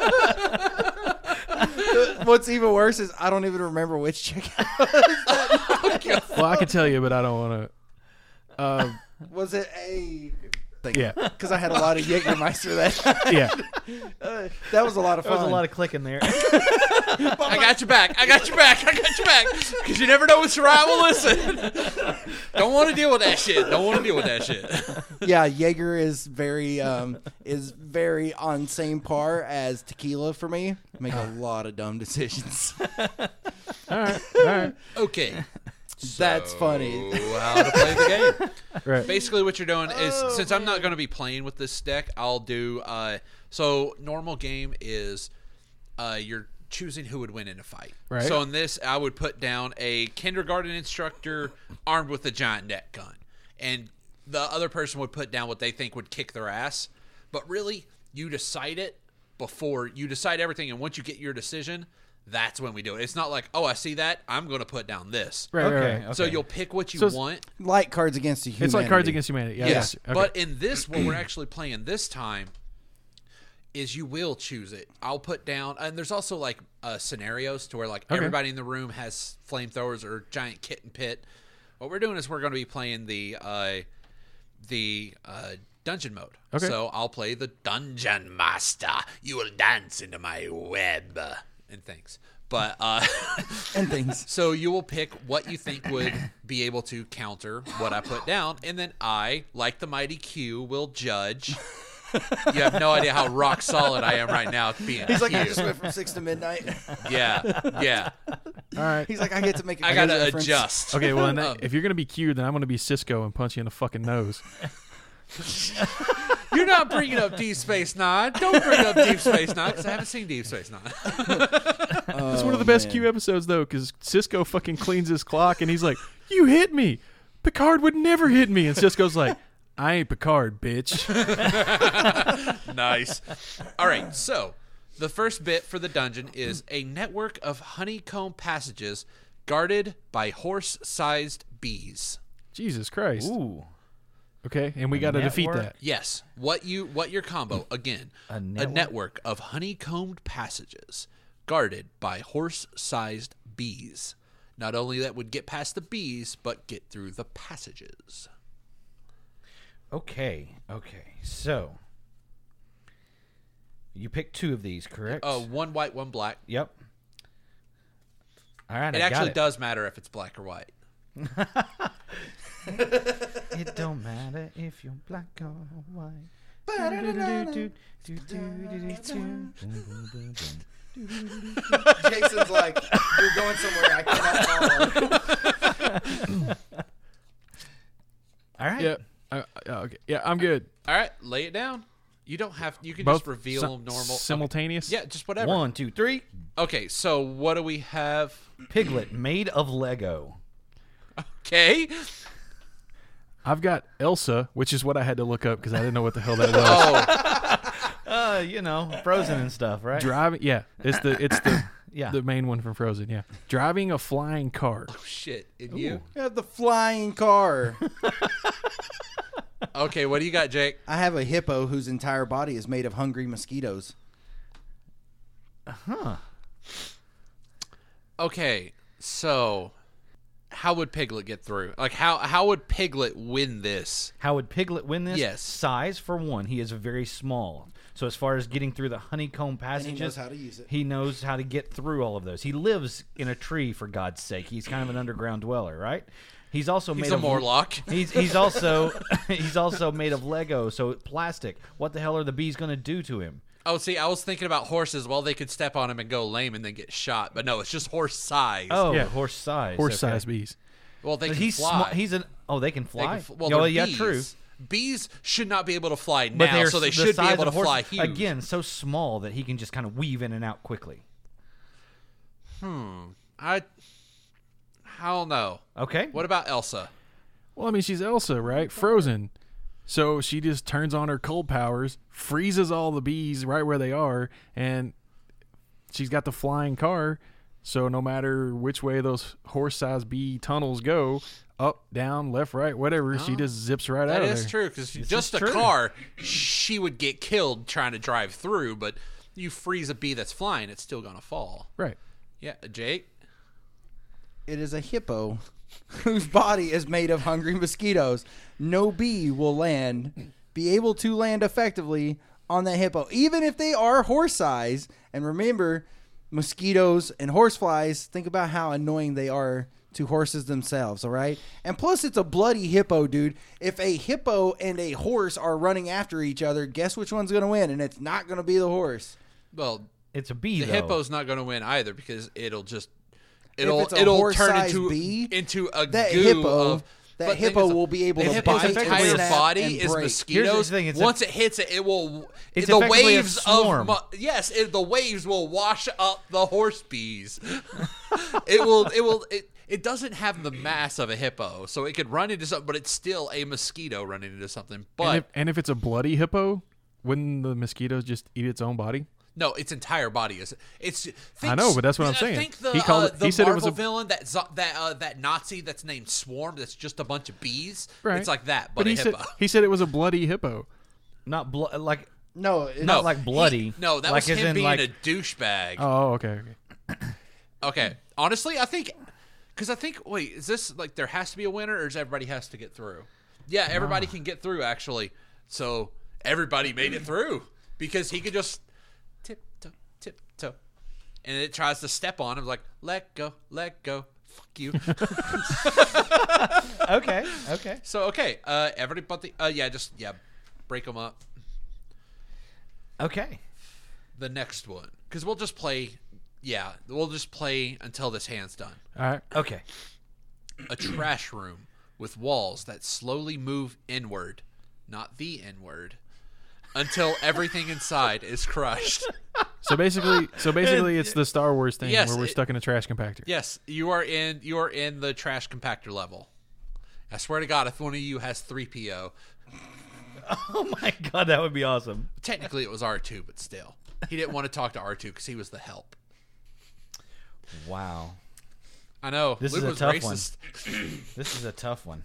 S1: What's even worse is I don't even remember which chick
S2: Well, I can tell you, but I don't want to. Uh,
S1: was it. A
S2: yeah,
S1: because I had a lot of Jägermeister that
S2: yeah.
S1: that was a lot of fun.
S3: There was a lot of clicking there.
S4: I got your back. I got your back. I got your back. Because you never know what's right. Well, listen. Don't want to deal with that shit. Don't want to deal with that shit.
S1: yeah, Jaeger is very um, is very on same par as tequila for me. Make a lot of dumb decisions.
S2: All right, all right.
S4: Okay.
S1: That's
S4: So,
S1: funny.
S4: How to play the game.
S2: Right.
S4: Basically, what you're doing is since I'm not going to be playing with this deck, I'll do. Uh, so normal game is uh, you're choosing who would win in a fight.
S2: Right.
S4: So in this, I would put down a kindergarten instructor armed with a giant net gun, and the other person would put down what they think would kick their ass. But really, you decide it before you decide everything, and once you get your decision. That's when we do it. It's not like, oh, I see that. I'm going to put down this.
S2: Right, right, right.
S4: So you'll pick what you
S2: So it's-
S4: want.
S1: Like Cards Against the Humanity.
S2: It's like Cards Against Humanity. Yeah,
S4: Yes.
S2: yeah. Okay.
S4: But in this, what we're actually playing this time is you will choose it. I'll put down, and there's also like uh, scenarios to where like everybody in the room has flamethrowers or giant kitten pit. What we're doing is we're going to be playing the uh, the uh, dungeon mode.
S2: Okay.
S4: So I'll play the dungeon master. You will dance into my web and things. But uh,
S1: and things.
S4: So you will pick what you think would be able to counter what I put down, and then I, like the mighty Q, will judge. You have no idea how rock solid I am right now at being
S1: He's like, I
S4: Q.
S1: just went from six to midnight.
S4: yeah, yeah.
S2: All right.
S1: He's like, I get to make. a
S4: I
S1: Cards
S4: gotta
S1: reference.
S4: adjust.
S2: Okay, well, in that,
S4: Um,
S2: if you're going to be Q, then I'm going to be Cisco and punch you in the fucking nose.
S4: You're not bringing up Deep Space Nine. Don't bring up Deep Space Nine because I haven't seen Deep Space Nine.
S2: It's one of the
S1: Oh,
S2: best
S1: man.
S2: Q episodes though, because Cisco fucking cleans his clock and he's like, "You hit me." Picard would never hit me, and Cisco's like, "I ain't Picard, bitch."
S4: nice. All right, so the first bit for the dungeon is a network of honeycomb passages guarded by horse-sized bees.
S2: Jesus Christ.
S3: Ooh.
S2: Okay, and we got to defeat
S3: network?
S2: that.
S4: Yes, what you what your combo again?
S3: Mm. A network?
S4: of honeycombed passages guarded by horse-sized bees. Not only that would get past the bees, but get through the passages.
S3: Okay. Okay. So you pick two of these, correct?
S4: Uh, one white, one black.
S3: Yep. All right.
S4: It
S3: I got
S4: actually
S3: it.
S4: does matter if it's black or white.
S3: It don't matter if you're black or white.
S1: Jason's like, you're going somewhere I cannot follow.
S3: All right.
S2: Yeah. Uh, uh, okay. Yeah, I'm good.
S4: All right, lay it down. You don't have. You can just reveal
S2: si-
S4: normal.
S2: simultaneous.
S4: Yeah, just whatever.
S3: One, two, three.
S4: Okay, so what do we have?
S3: Piglet made of Lego.
S4: Okay.
S2: I've got Elsa, which is what I had to look up because I didn't know what the hell that was.
S4: Oh,
S3: Uh, you know, frozen and stuff, right?
S2: Driving. Yeah, it's the it's the
S3: Yeah.
S2: the main one from Frozen. Yeah, driving a flying car.
S4: shit. And you?
S1: I have the flying car.
S4: Okay, what do you got, Jake?
S1: I have a hippo whose entire body is made of hungry mosquitoes.
S4: Okay, so how would Piglet get through? Like, how how would Piglet win this?
S3: How would Piglet win this?
S4: Yes.
S3: Size, for one. He is very small. So, as far as getting through the honeycomb
S1: And
S3: passages,
S1: he knows how to use it.
S3: he knows how to get through all of those. He lives in a tree, for God's sake. He's kind of an underground dweller, right? He's also made
S4: He's a
S3: of
S4: Morlock.
S3: He's he's also he's also made of Lego, so plastic. What the hell are the bees gonna do to him?
S4: Oh, see, I was thinking about horses. Well, they could step on him and go lame and then get shot. But no, it's just horse size.
S3: Oh,
S2: Yeah.
S3: horse size.
S2: Horse
S3: okay.
S2: size bees.
S4: well, they
S3: But
S4: can
S3: He's
S4: fly.
S3: small. He's an oh, they can
S4: They
S3: fly.
S4: can fl- well,
S3: Yeah,
S4: they're
S3: yeah,
S4: bees.
S3: true.
S4: Bees should not be able to fly now,
S3: But they're
S4: so they
S3: s- the
S4: should be
S3: size
S4: able to
S3: of horse-
S4: fly huge.
S3: again. So small that he can just kind of weave in and out quickly.
S4: I, I don't know.
S3: Okay.
S4: What about Elsa?
S2: Well, I mean, she's Elsa, right? Frozen. So she just turns on her cold powers, freezes all the bees right where they are, and she's got the flying car. So no matter which way those horse-sized bee tunnels go, up, down, left, right, whatever, she just zips right out
S4: Oh. That
S2: of
S4: is
S2: there.
S4: true because just a
S3: is true.
S4: car, she would get killed trying to drive through. But you freeze a bee that's flying, it's still gonna fall.
S2: Right.
S4: Yeah, Jake.
S1: It is a hippo whose body is made of hungry mosquitoes. No bee will land, be able to land effectively on that hippo, even if they are horse size. And remember, mosquitoes and horseflies, think about how annoying they are to horses themselves, all right? And plus, it's a bloody hippo, dude. If a hippo and a horse are running after each other, guess which one's going to win? And it's not going to be the horse.
S4: Well,
S3: It's a bee
S4: the
S3: though.
S4: hippo's not gonna win either because it'll just it'll
S1: it's a
S4: it'll turn
S1: horse-sized
S4: into
S1: bee,
S4: into a
S1: that
S4: goo
S1: hippo-
S4: of.
S1: that
S4: but the thing
S1: hippo
S4: is,
S1: will be able
S4: the
S1: to
S4: hippo's
S1: bite and
S4: entire
S1: snap
S4: body
S1: and
S4: is
S1: break.
S4: mosquitoes.
S3: thing, it's a-
S4: Once it hits it, it will.
S3: It's
S4: the
S3: effectively a
S4: waves
S3: swarm.
S4: of mo- yes, it, the waves will wash up the horse bees. it will. It will. It, it doesn't have the mass of a hippo, so it could run into something, but it's still a mosquito running into something. But
S2: And if, and if it's a bloody hippo, wouldn't the mosquitoes just eat its own body?
S4: No, its entire body is. It's. Think,
S2: I know, but that's what I'm
S4: I
S2: saying.
S4: Think the,
S2: He called
S4: uh,
S2: it-
S4: the
S2: he said it was
S4: Marvel
S2: a-
S4: villain that zo- that uh, that Nazi that's named Swarm. That's just a bunch of bees.
S2: Right.
S4: It's like that, but,
S2: But
S4: a
S2: he said
S4: hippo.
S2: he said it was a bloody hippo.
S3: not blo- like
S1: No, it-
S4: no,
S3: not like bloody.
S4: He- no, that
S3: Like
S4: was
S3: as
S4: him
S3: in,
S4: being
S3: like-
S4: a douchebag.
S2: Oh, okay. okay.
S4: okay, honestly, I think because I think wait, is this like there has to be a winner, or is everybody has to get through? Yeah, everybody can get through actually. So everybody made it through because he could just tiptoe, tiptoe, and it tries to step on him like let go, let go, fuck you.
S3: okay, okay.
S4: So okay, uh, everybody, uh, yeah, just yeah, break them up.
S3: Okay.
S4: The next one, because we'll just play. Yeah, we'll just play until this hand's done.
S2: All right.
S3: Okay.
S4: A trash room with walls that slowly move inward, not the N word. until everything inside is crushed.
S2: So basically, so basically, it's the Star Wars thing
S4: Yes,
S2: where we're
S4: it-
S2: stuck in a trash compactor.
S4: Yes, you are in you are in the trash compactor level. I swear to God, if one of you has three PO,
S3: Oh my god, that would be awesome.
S4: technically it was R two, but still, he didn't want to talk to R two because he was the help.
S3: Wow.
S4: I know
S3: This
S4: Luke
S3: is a
S4: was
S3: tough one.
S4: racist.
S3: This is a tough one.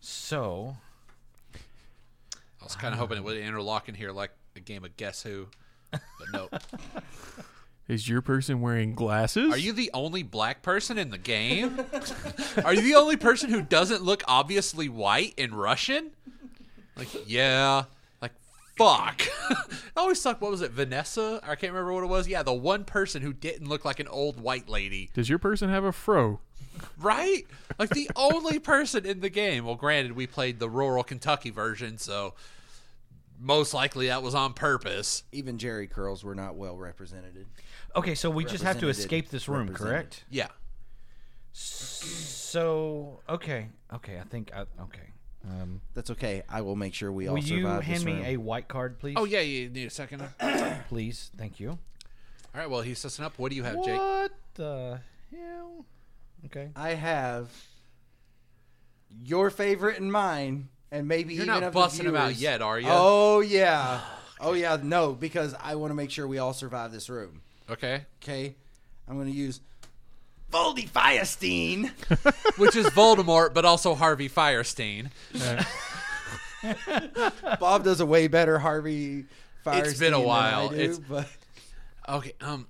S3: So,
S4: I was kind of hoping it would interlock in here like a game of Guess Who, but no.
S2: Is your person wearing glasses?
S4: Are you the only black person in the game? Are you the only person who doesn't look obviously white and Russian? Like, yeah. Like, fuck. I always suck. What was it? Vanessa? I can't remember what it was. Yeah, the one person who didn't look like an old white lady.
S2: Does your person have a fro?
S4: Right? Like, the only person in the game. Well, granted, we played the rural Kentucky version, so most likely that was on purpose.
S1: Even Jerry curls were not well represented.
S3: okay, so we just have to
S1: Represented.
S3: escape this room, correct?
S4: Yeah.
S3: So, okay, okay, I think I, okay. Um,
S1: That's okay. I will make sure we all
S3: will you
S1: survive
S3: hand
S1: this
S3: me
S1: room.
S3: a white card, please?
S4: Oh, yeah, you need a second. All
S3: please. Thank you.
S4: right, well, he's sussing up. What do you have, Jake?
S3: What the hell? Okay.
S1: I have your favorite and mine, and maybe
S4: You're
S1: even
S4: not
S1: of
S4: busting
S1: the
S4: 'em out
S1: viewers.
S4: yet, are ya?
S1: Oh yeah, oh yeah. No, because I want to make sure we all survive this room.
S4: Okay.
S1: Okay, I'm going to use Voldy Firestein.
S4: which is Voldemort, but also Harvey Firestein.
S1: Bob does a way better Harvey. Firestein
S4: It's been a
S1: than I
S4: while.
S1: do,
S4: It's-
S1: but
S4: Okay, um,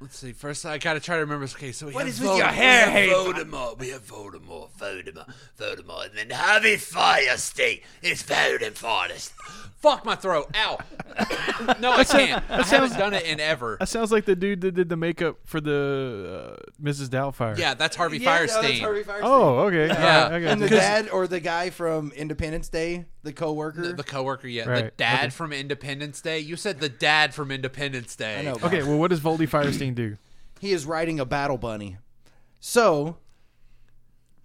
S4: let's see. First, I gotta try to remember. Okay, so we
S1: What
S4: have
S1: is with your
S4: Voldemort-
S1: hair,
S4: we
S1: Harry?
S4: have Voldemort. We have Voldemort, Voldemort, Voldemort, and then Harvey Firestein. It's Voldemort. Firestein. Fuck my throat. Ow. no, I can't. I haven't done it in ever.
S2: That sounds like the dude that did the makeup for the uh, Mrs. Doubtfire.
S4: Yeah, that's Harvey
S1: yeah, no, that's
S4: Firestein.
S1: Harvey Firestein.
S2: Oh, okay.
S4: Yeah.
S2: All right, I got
S1: and the
S2: you.
S1: dad or the guy from Independence Day, the coworker.
S4: the coworker, yeah, the
S2: Right,
S4: dad
S2: okay.
S4: from Independence Day. You said the dad from Independence Day.
S1: I know. Bob.
S2: okay, well, what does Voldy Firestein do?
S1: he is riding a battle bunny. So,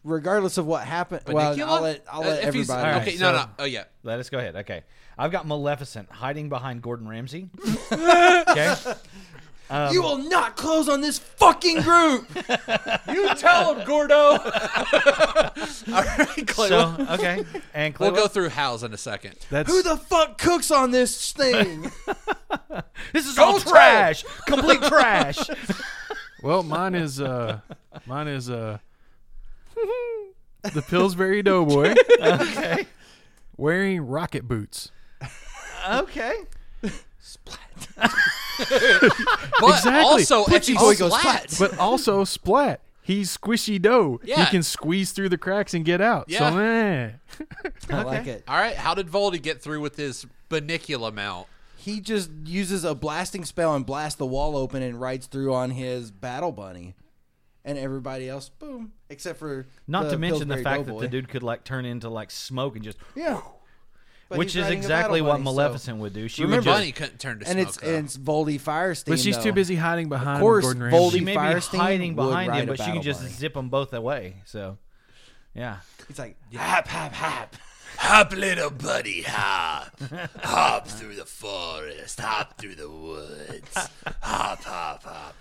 S1: regardless of what happened, well,
S4: Nicola?
S1: I'll let I'll
S4: Uh,
S1: let
S4: if he's-
S1: everybody.
S3: All
S4: okay,
S3: right,
S4: no,
S3: so-
S4: no. Oh yeah.
S3: Let us go ahead. Okay. I've got Maleficent hiding behind Gordon Ramsay. okay.
S1: You will not close on this fucking group.
S4: You tell him, Gordo. All right, Clay.
S3: So,
S4: we'll-
S3: okay. And
S4: we'll
S3: Cleo,
S4: go through Hal's in a second.
S2: That's
S1: Who the fuck cooks on this thing?
S3: this is all trash. Complete trash.
S2: well, mine is uh, mine is uh, the Pillsbury Doughboy
S3: okay.
S2: wearing rocket boots.
S3: Okay.
S4: But
S2: Exactly.
S4: also, if
S1: Pussy
S4: he's
S1: boy goes
S4: flat,
S1: flat.
S2: but also splat. He's squishy dough.
S4: Yeah.
S2: He can squeeze through the cracks and get out.
S4: Yeah.
S2: So eh. man,
S1: I like it.
S4: All right, how did Voldy get through with his banicula mount?
S1: He just uses a blasting spell and blasts the wall open and rides through on his battle bunny, and everybody else, boom, except for
S3: Not
S1: the
S3: to mention the
S1: Pillsbury
S3: fact that
S1: Doughboy.
S3: the dude could like turn into like smoke and just
S1: yeah, But
S3: which
S1: he's
S3: is
S1: riding a
S3: exactly
S1: battle
S3: what
S1: bunny, so-
S3: Maleficent would do. She
S4: Your
S3: would just
S4: bunny couldn't turn to
S1: and
S4: smoke.
S1: it's
S4: though.
S1: and it's Voldy Firestein.
S2: but she's too
S1: though.
S2: busy hiding behind
S1: course,
S2: Gordon Ramsay.
S1: Voldy
S3: she may be
S1: Firestein
S3: hiding
S1: would
S3: behind
S1: ride
S3: him,
S1: a
S3: but she
S1: battle
S3: can just
S1: bunny.
S3: zip them both away. So, yeah.
S1: It's like hap hap hap.
S4: Hop, little buddy, hop. hop through the forest. Hop through the woods. Hop, hop, hop.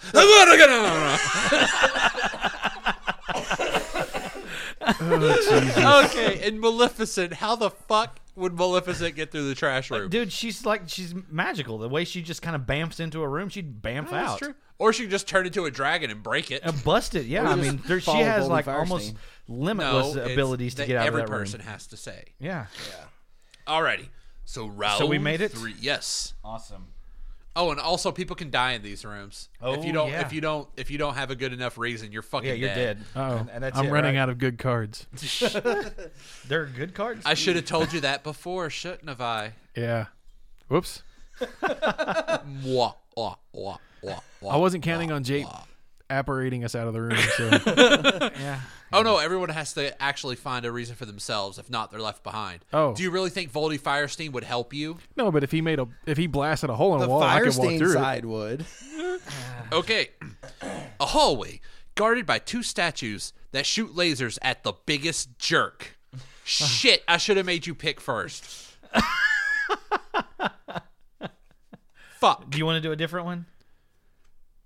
S4: okay, and Maleficent, how the fuck would Maleficent get through the trash room?
S3: Dude, she's like she's magical. The way she just kind of bamfs into a room, she'd bamf out.
S4: Or she could just turn into a dragon and break it.
S3: And bust it, Uh, yeah. I
S1: just
S3: mean, there, she
S1: follow
S3: has
S1: Goldie
S3: like
S1: Firestein.
S3: almost
S4: No,
S3: limitless
S4: it's
S3: abilities to
S4: that
S3: get out
S4: every
S3: of that
S4: person
S3: room.
S4: has to say.
S3: Yeah,
S4: Alrighty. So round
S3: we made it?
S4: Three. Yes.
S3: awesome.
S4: Oh, and also people can die in these rooms. if
S3: Oh,
S4: you don't
S3: yeah.
S4: if you don't if you don't have a good enough reason, you're fucking
S3: Yeah, you're dead.
S2: Oh,
S3: And- and that's
S2: I'm
S3: it,
S2: running
S3: right?
S2: out of good cards.
S3: They're good cards.
S4: I should have told you that before, shouldn't have I?
S2: Yeah. Whoops.
S4: Mwah, wah, wah, wah, wah.
S2: I wasn't counting on Jake apparating us out of the room. So.
S3: yeah.
S4: Oh no, everyone has to actually find a reason for themselves. If not, they're left behind.
S2: Oh.
S4: Do you really think Voldy Firestein would help you?
S2: no, but if he made a if he blasted a hole in a
S1: The
S2: wall, I could walk
S1: Firestein
S2: through
S1: side would.
S4: Okay. A hallway guarded by two statues that shoot lasers at the biggest jerk. Shit, I should have made you pick first. Fuck.
S3: Do you want to do a different one?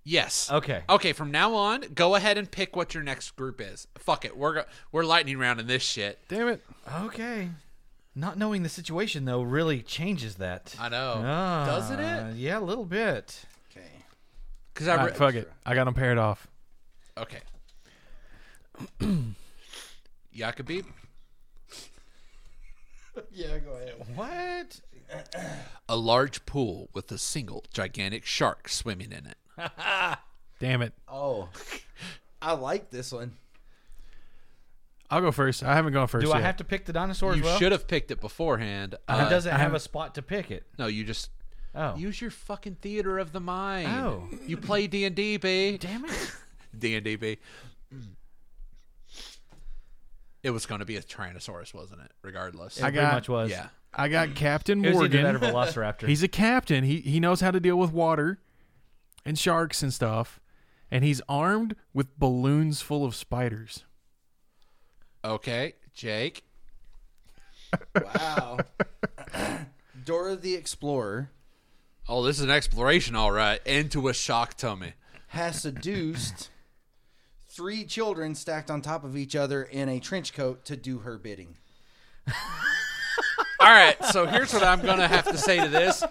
S4: Yes.
S3: Okay.
S4: Okay, from now on, go ahead and pick what your next group is. Fuck it. We're go- we're lightning rounding this shit.
S2: Damn it.
S4: Oh.
S3: Okay. Not knowing the situation though really changes that.
S4: I know.
S3: Ah,
S4: Doesn't it?
S3: Yeah, a little bit.
S1: Okay.
S4: Cuz I
S3: Ah,
S2: All
S4: re-
S2: right, fuck it. I got them paired off.
S4: Okay. Yakubib.
S1: Yeah, go ahead.
S3: What?
S4: A large pool with a single gigantic shark swimming in it.
S2: Damn it.
S1: Oh, I like this one.
S2: I'll go first. I haven't gone first
S3: Do
S2: yet.
S3: I have to pick the dinosaur
S4: You
S3: as well?
S4: should have picked it beforehand.
S3: It
S4: Uh,
S3: doesn't have a spot to pick it.
S4: no, you just
S3: Oh.
S4: use your fucking theater of the mind.
S3: Oh.
S4: You play D&D, B.
S3: damn it.
S4: D&D, B. It was going to be a Tyrannosaurus, wasn't it? Regardless.
S2: I
S3: Pretty
S2: got-
S3: much was.
S4: yeah.
S2: I got Captain
S3: It was either that or
S2: Morgan.
S3: Velociraptor.
S2: He's a captain. He he knows how to deal with water and sharks and stuff. And he's armed with balloons full of spiders.
S4: Okay, Jake.
S1: Wow. Dora the Explorer
S4: Oh, this is an exploration, all right. Into a shock tummy.
S1: has seduced three children stacked on top of each other in a trench coat to do her bidding.
S4: All right, so here's what I'm gonna have to say to this: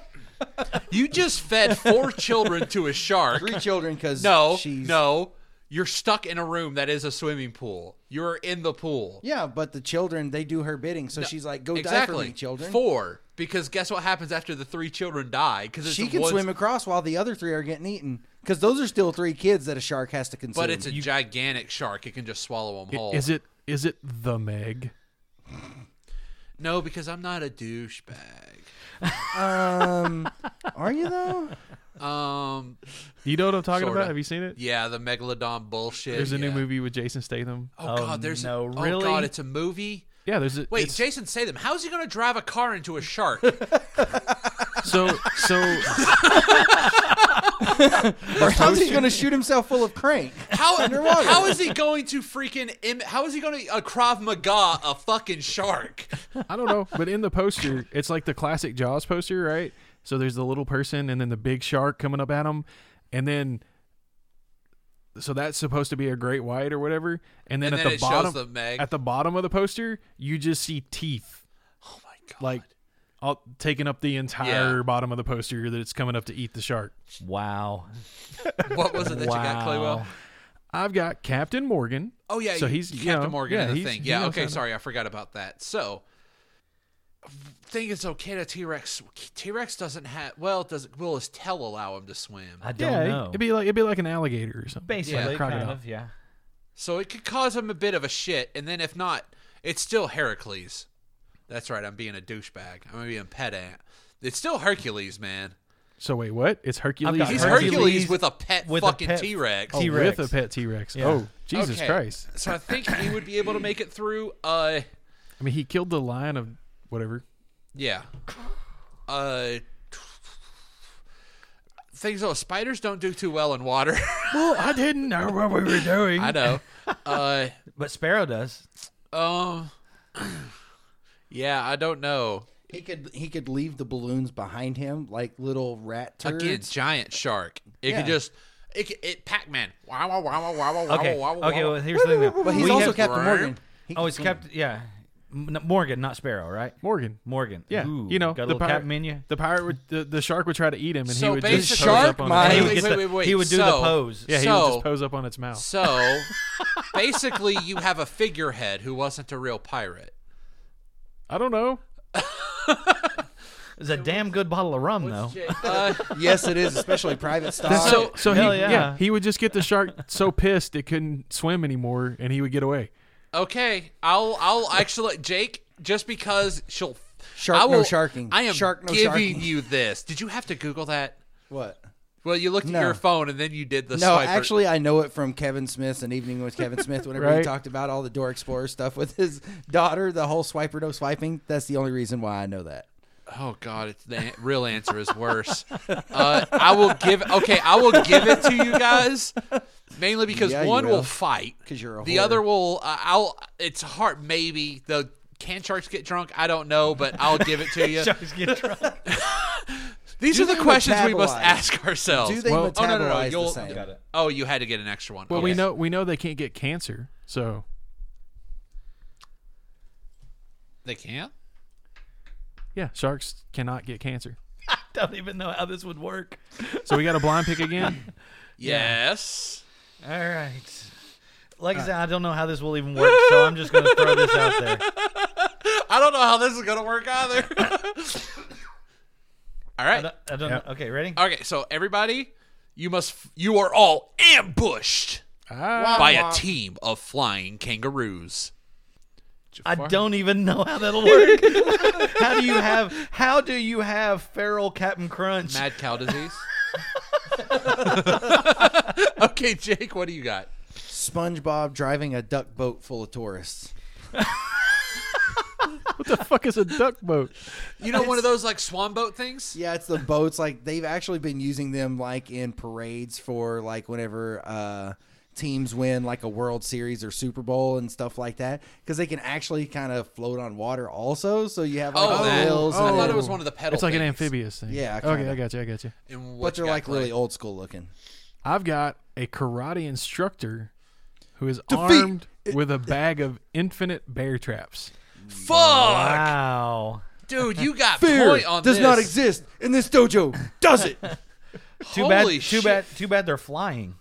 S4: You just fed four children to a shark.
S1: Three children because
S4: No,
S1: she's
S4: no, you're stuck in a room that is a swimming pool. You're in the pool.
S1: Yeah, but the children they do her bidding, so she's like, "Go die
S4: exactly,
S1: for me, children."
S4: Four, because guess what happens after the three children die? Because
S1: she can swim across while the other three are getting eaten because those are still three kids that a shark has to consume.
S4: but it's a gigantic shark. It can just swallow them
S2: I-
S4: whole.
S2: Is it is it the Meg?
S4: No, because I'm not a douchebag.
S1: um, are you though?
S4: Um,
S2: You know what I'm talking
S4: Sorta.
S2: about? Have you seen it?
S4: yeah, the megalodon bullshit.
S2: There's a new
S4: yeah.
S2: movie with Jason Statham.
S4: Oh,
S3: Oh,
S4: God, there's
S3: no,
S4: a,
S3: really?
S4: Oh God, it's a movie.
S2: Yeah, there's a
S4: Wait,
S2: it's-
S4: Jason Statham, how's he going to drive a car into a shark?
S2: so so
S1: Or how's he going to shoot himself full of crank?
S4: How,
S1: Underwater.
S4: how is he going to freaking Im- how is he going to uh, Krav Maga a fucking shark?
S2: I don't know, but in the poster, it's like the classic Jaws poster, right? So there's the little person and then the big shark coming up at him, and then so that's supposed to be a great white or whatever, and then
S4: And
S2: at
S4: then
S2: the
S4: it shows
S2: bottom
S4: the Meg.
S2: at the bottom of the poster, you just see teeth
S4: Oh my god!
S2: like all, taking up the entire
S4: Yeah.
S2: bottom of the poster that it's coming up to eat the shark.
S3: wow.
S4: what was it that you got, Claywell?
S3: Wow.
S2: I've got Captain Morgan.
S4: Oh yeah,
S2: so
S4: you-
S2: he's
S4: Captain
S2: you know,
S4: Morgan
S2: yeah,
S4: in the
S2: he's-
S4: thing.
S2: he
S4: Yeah,
S2: knows how
S4: okay,
S2: to-
S4: sorry, I forgot about that. So thing is okay to T Rex. T Rex doesn't have well, does will his tail allow him to swim?
S3: I don't
S2: Yeah,
S3: know.
S2: it'd be like it'd be like an alligator or something.
S3: Basically,
S4: Yeah,
S2: crocodile.
S3: kind of, yeah.
S4: So it could cause him a bit of a shit, and then if not, it's still Heracles. That's right, I'm being a douchebag. I'm being pedant. It's still Hercules, man.
S2: So wait, what? It's Hercules.
S3: got
S4: He's Hercules,
S3: Hercules
S4: with a pet
S3: with a
S4: fucking
S3: pet-
S4: T Rex.
S2: Oh,
S3: T-Rex.
S2: with a pet T Rex.
S3: Yeah.
S2: Oh, Jesus
S4: Okay.
S2: Christ!
S4: So I think he would be able to make it through. Uh,
S2: I mean, he killed the lion of whatever.
S4: yeah. Uh, things though, spiders don't do too well in water.
S2: Well, I didn't know what we were doing.
S4: I know. Uh,
S3: But Sparrow does.
S4: um, yeah, I don't know.
S1: He could he could leave the balloons behind him like little rat turds.
S4: Again, giant shark. It
S1: Yeah.
S4: could just. It, could- it Pac Man. Wow, wow, wow, wow, wow, wow,
S3: Okay.
S4: wow, wow,
S3: okay.
S4: wow.
S3: Well, here's the thing. Though.
S1: But he's
S4: We
S1: also
S4: have-
S1: Captain Morgan. He
S3: oh,
S1: can
S3: it's
S1: swim.
S3: Captain. Yeah, M- no, Morgan, not Sparrow, right?
S2: Morgan.
S3: Morgan.
S2: Yeah,
S3: Ooh,
S2: you know
S3: got a
S2: the
S3: little
S2: pirate
S3: cap menu.
S2: The pirate would the, the shark would try to eat him, and he
S4: So
S2: would
S4: basically,
S2: just pose up on
S1: Shark
S2: his-
S1: Hey, mind-
S3: he would,
S1: wait,
S3: get the-
S4: wait, wait,
S3: he would do
S4: so-
S3: the pose.
S2: Yeah, he would
S4: So-
S2: just pose up on its mouth.
S4: So basically, you have a figurehead who wasn't a real pirate.
S2: I don't know.
S3: It was a damn good bottle of rum, though.
S4: Uh,
S1: yes, it is, especially private stock.
S2: So so he
S3: Hell
S2: yeah.
S3: yeah.
S2: he would just get the shark so pissed it couldn't swim anymore, and he would get away.
S4: okay, I'll I'll actually Jake just because she'll
S1: Shark
S4: I
S1: no
S4: will-
S1: sharking.
S4: I am
S1: Shark no
S4: giving
S1: sharking.
S4: you this. Did you have to Google that?
S1: what?
S4: Well, you looked
S1: No.
S4: at your phone and then you did the
S1: No,
S4: swiper.
S1: actually, I know it from Kevin Smith's and Evening with Kevin Smith. Whenever he
S2: Right.
S1: talked about all the Door Explorer stuff with his daughter, the whole swiper no swiping. That's the only reason why I know that.
S4: oh god, it's, the an- real answer is worse. Uh, I will give okay, I will give it to you guys. Mainly because
S1: Yeah, you
S4: one will
S1: will.
S4: fight,
S1: 'Cause you're a
S4: the
S1: whore.
S4: other will. Uh, I'll. It's hard. Maybe the can sharks get drunk. I don't know, but I'll give it to you.
S3: Sharks get drunk.
S4: These
S1: Do
S4: are the
S1: they
S4: questions we must
S1: metabolize?
S4: ask ourselves.
S1: Do they
S2: Well-
S1: metabolize
S4: oh no, no, no!
S1: the
S4: You'll,
S1: same?
S3: Got it.
S4: Oh, you had to get an extra one.
S2: Well,
S4: Okay.
S2: we know we know they can't get cancer, so
S4: they can't.
S2: yeah, sharks cannot get cancer.
S3: I don't even know how this would work.
S2: So we got a blind pick again.
S4: Yes.
S3: All right. Like I said, I don't know how this will even work, so I'm just going to throw this out there.
S4: I don't know how this is gonna work either. All
S3: I
S4: right.
S3: don't, I don't
S2: Yep.
S3: know. Okay, ready?
S4: Okay. So everybody, you must. You are all ambushed
S2: Ah,
S4: by a team of flying kangaroos.
S3: I don't even know how that'll work. how do you have? How do you have feral Captain Crunch?
S4: Mad cow disease. okay, Jake, what do you got?
S1: SpongeBob driving a duck boat full of tourists.
S2: what the fuck is a duck boat?
S4: You know, one of those like swan boat things.
S1: Yeah, it's the boats. Like they've actually been using them like in parades for like whenever uh, teams win like a World Series or Super Bowl and stuff like that because they can actually kind of float on water also. So you have like
S4: Oh,
S1: the
S4: that.
S1: wheels.
S4: I
S1: and
S4: thought
S1: the-
S4: it was one of the pedal.
S2: It's like an
S4: things.
S2: amphibious thing.
S1: Yeah,
S2: Okay,
S1: kinda.
S2: I got you. I got you.
S4: And what
S1: but they're
S4: you got,
S1: like really
S4: Clay?
S1: old school looking.
S2: I've got a karate instructor who is
S1: Defeat.
S2: armed with a bag of infinite bear traps.
S4: Fuck,
S3: Wow.
S4: dude, you got
S1: Fear
S4: point on
S1: does
S4: this.
S1: not exist in this dojo. Does it?
S3: Too bad.
S4: Holy
S3: Too
S4: shit.
S3: bad. Too bad they're flying.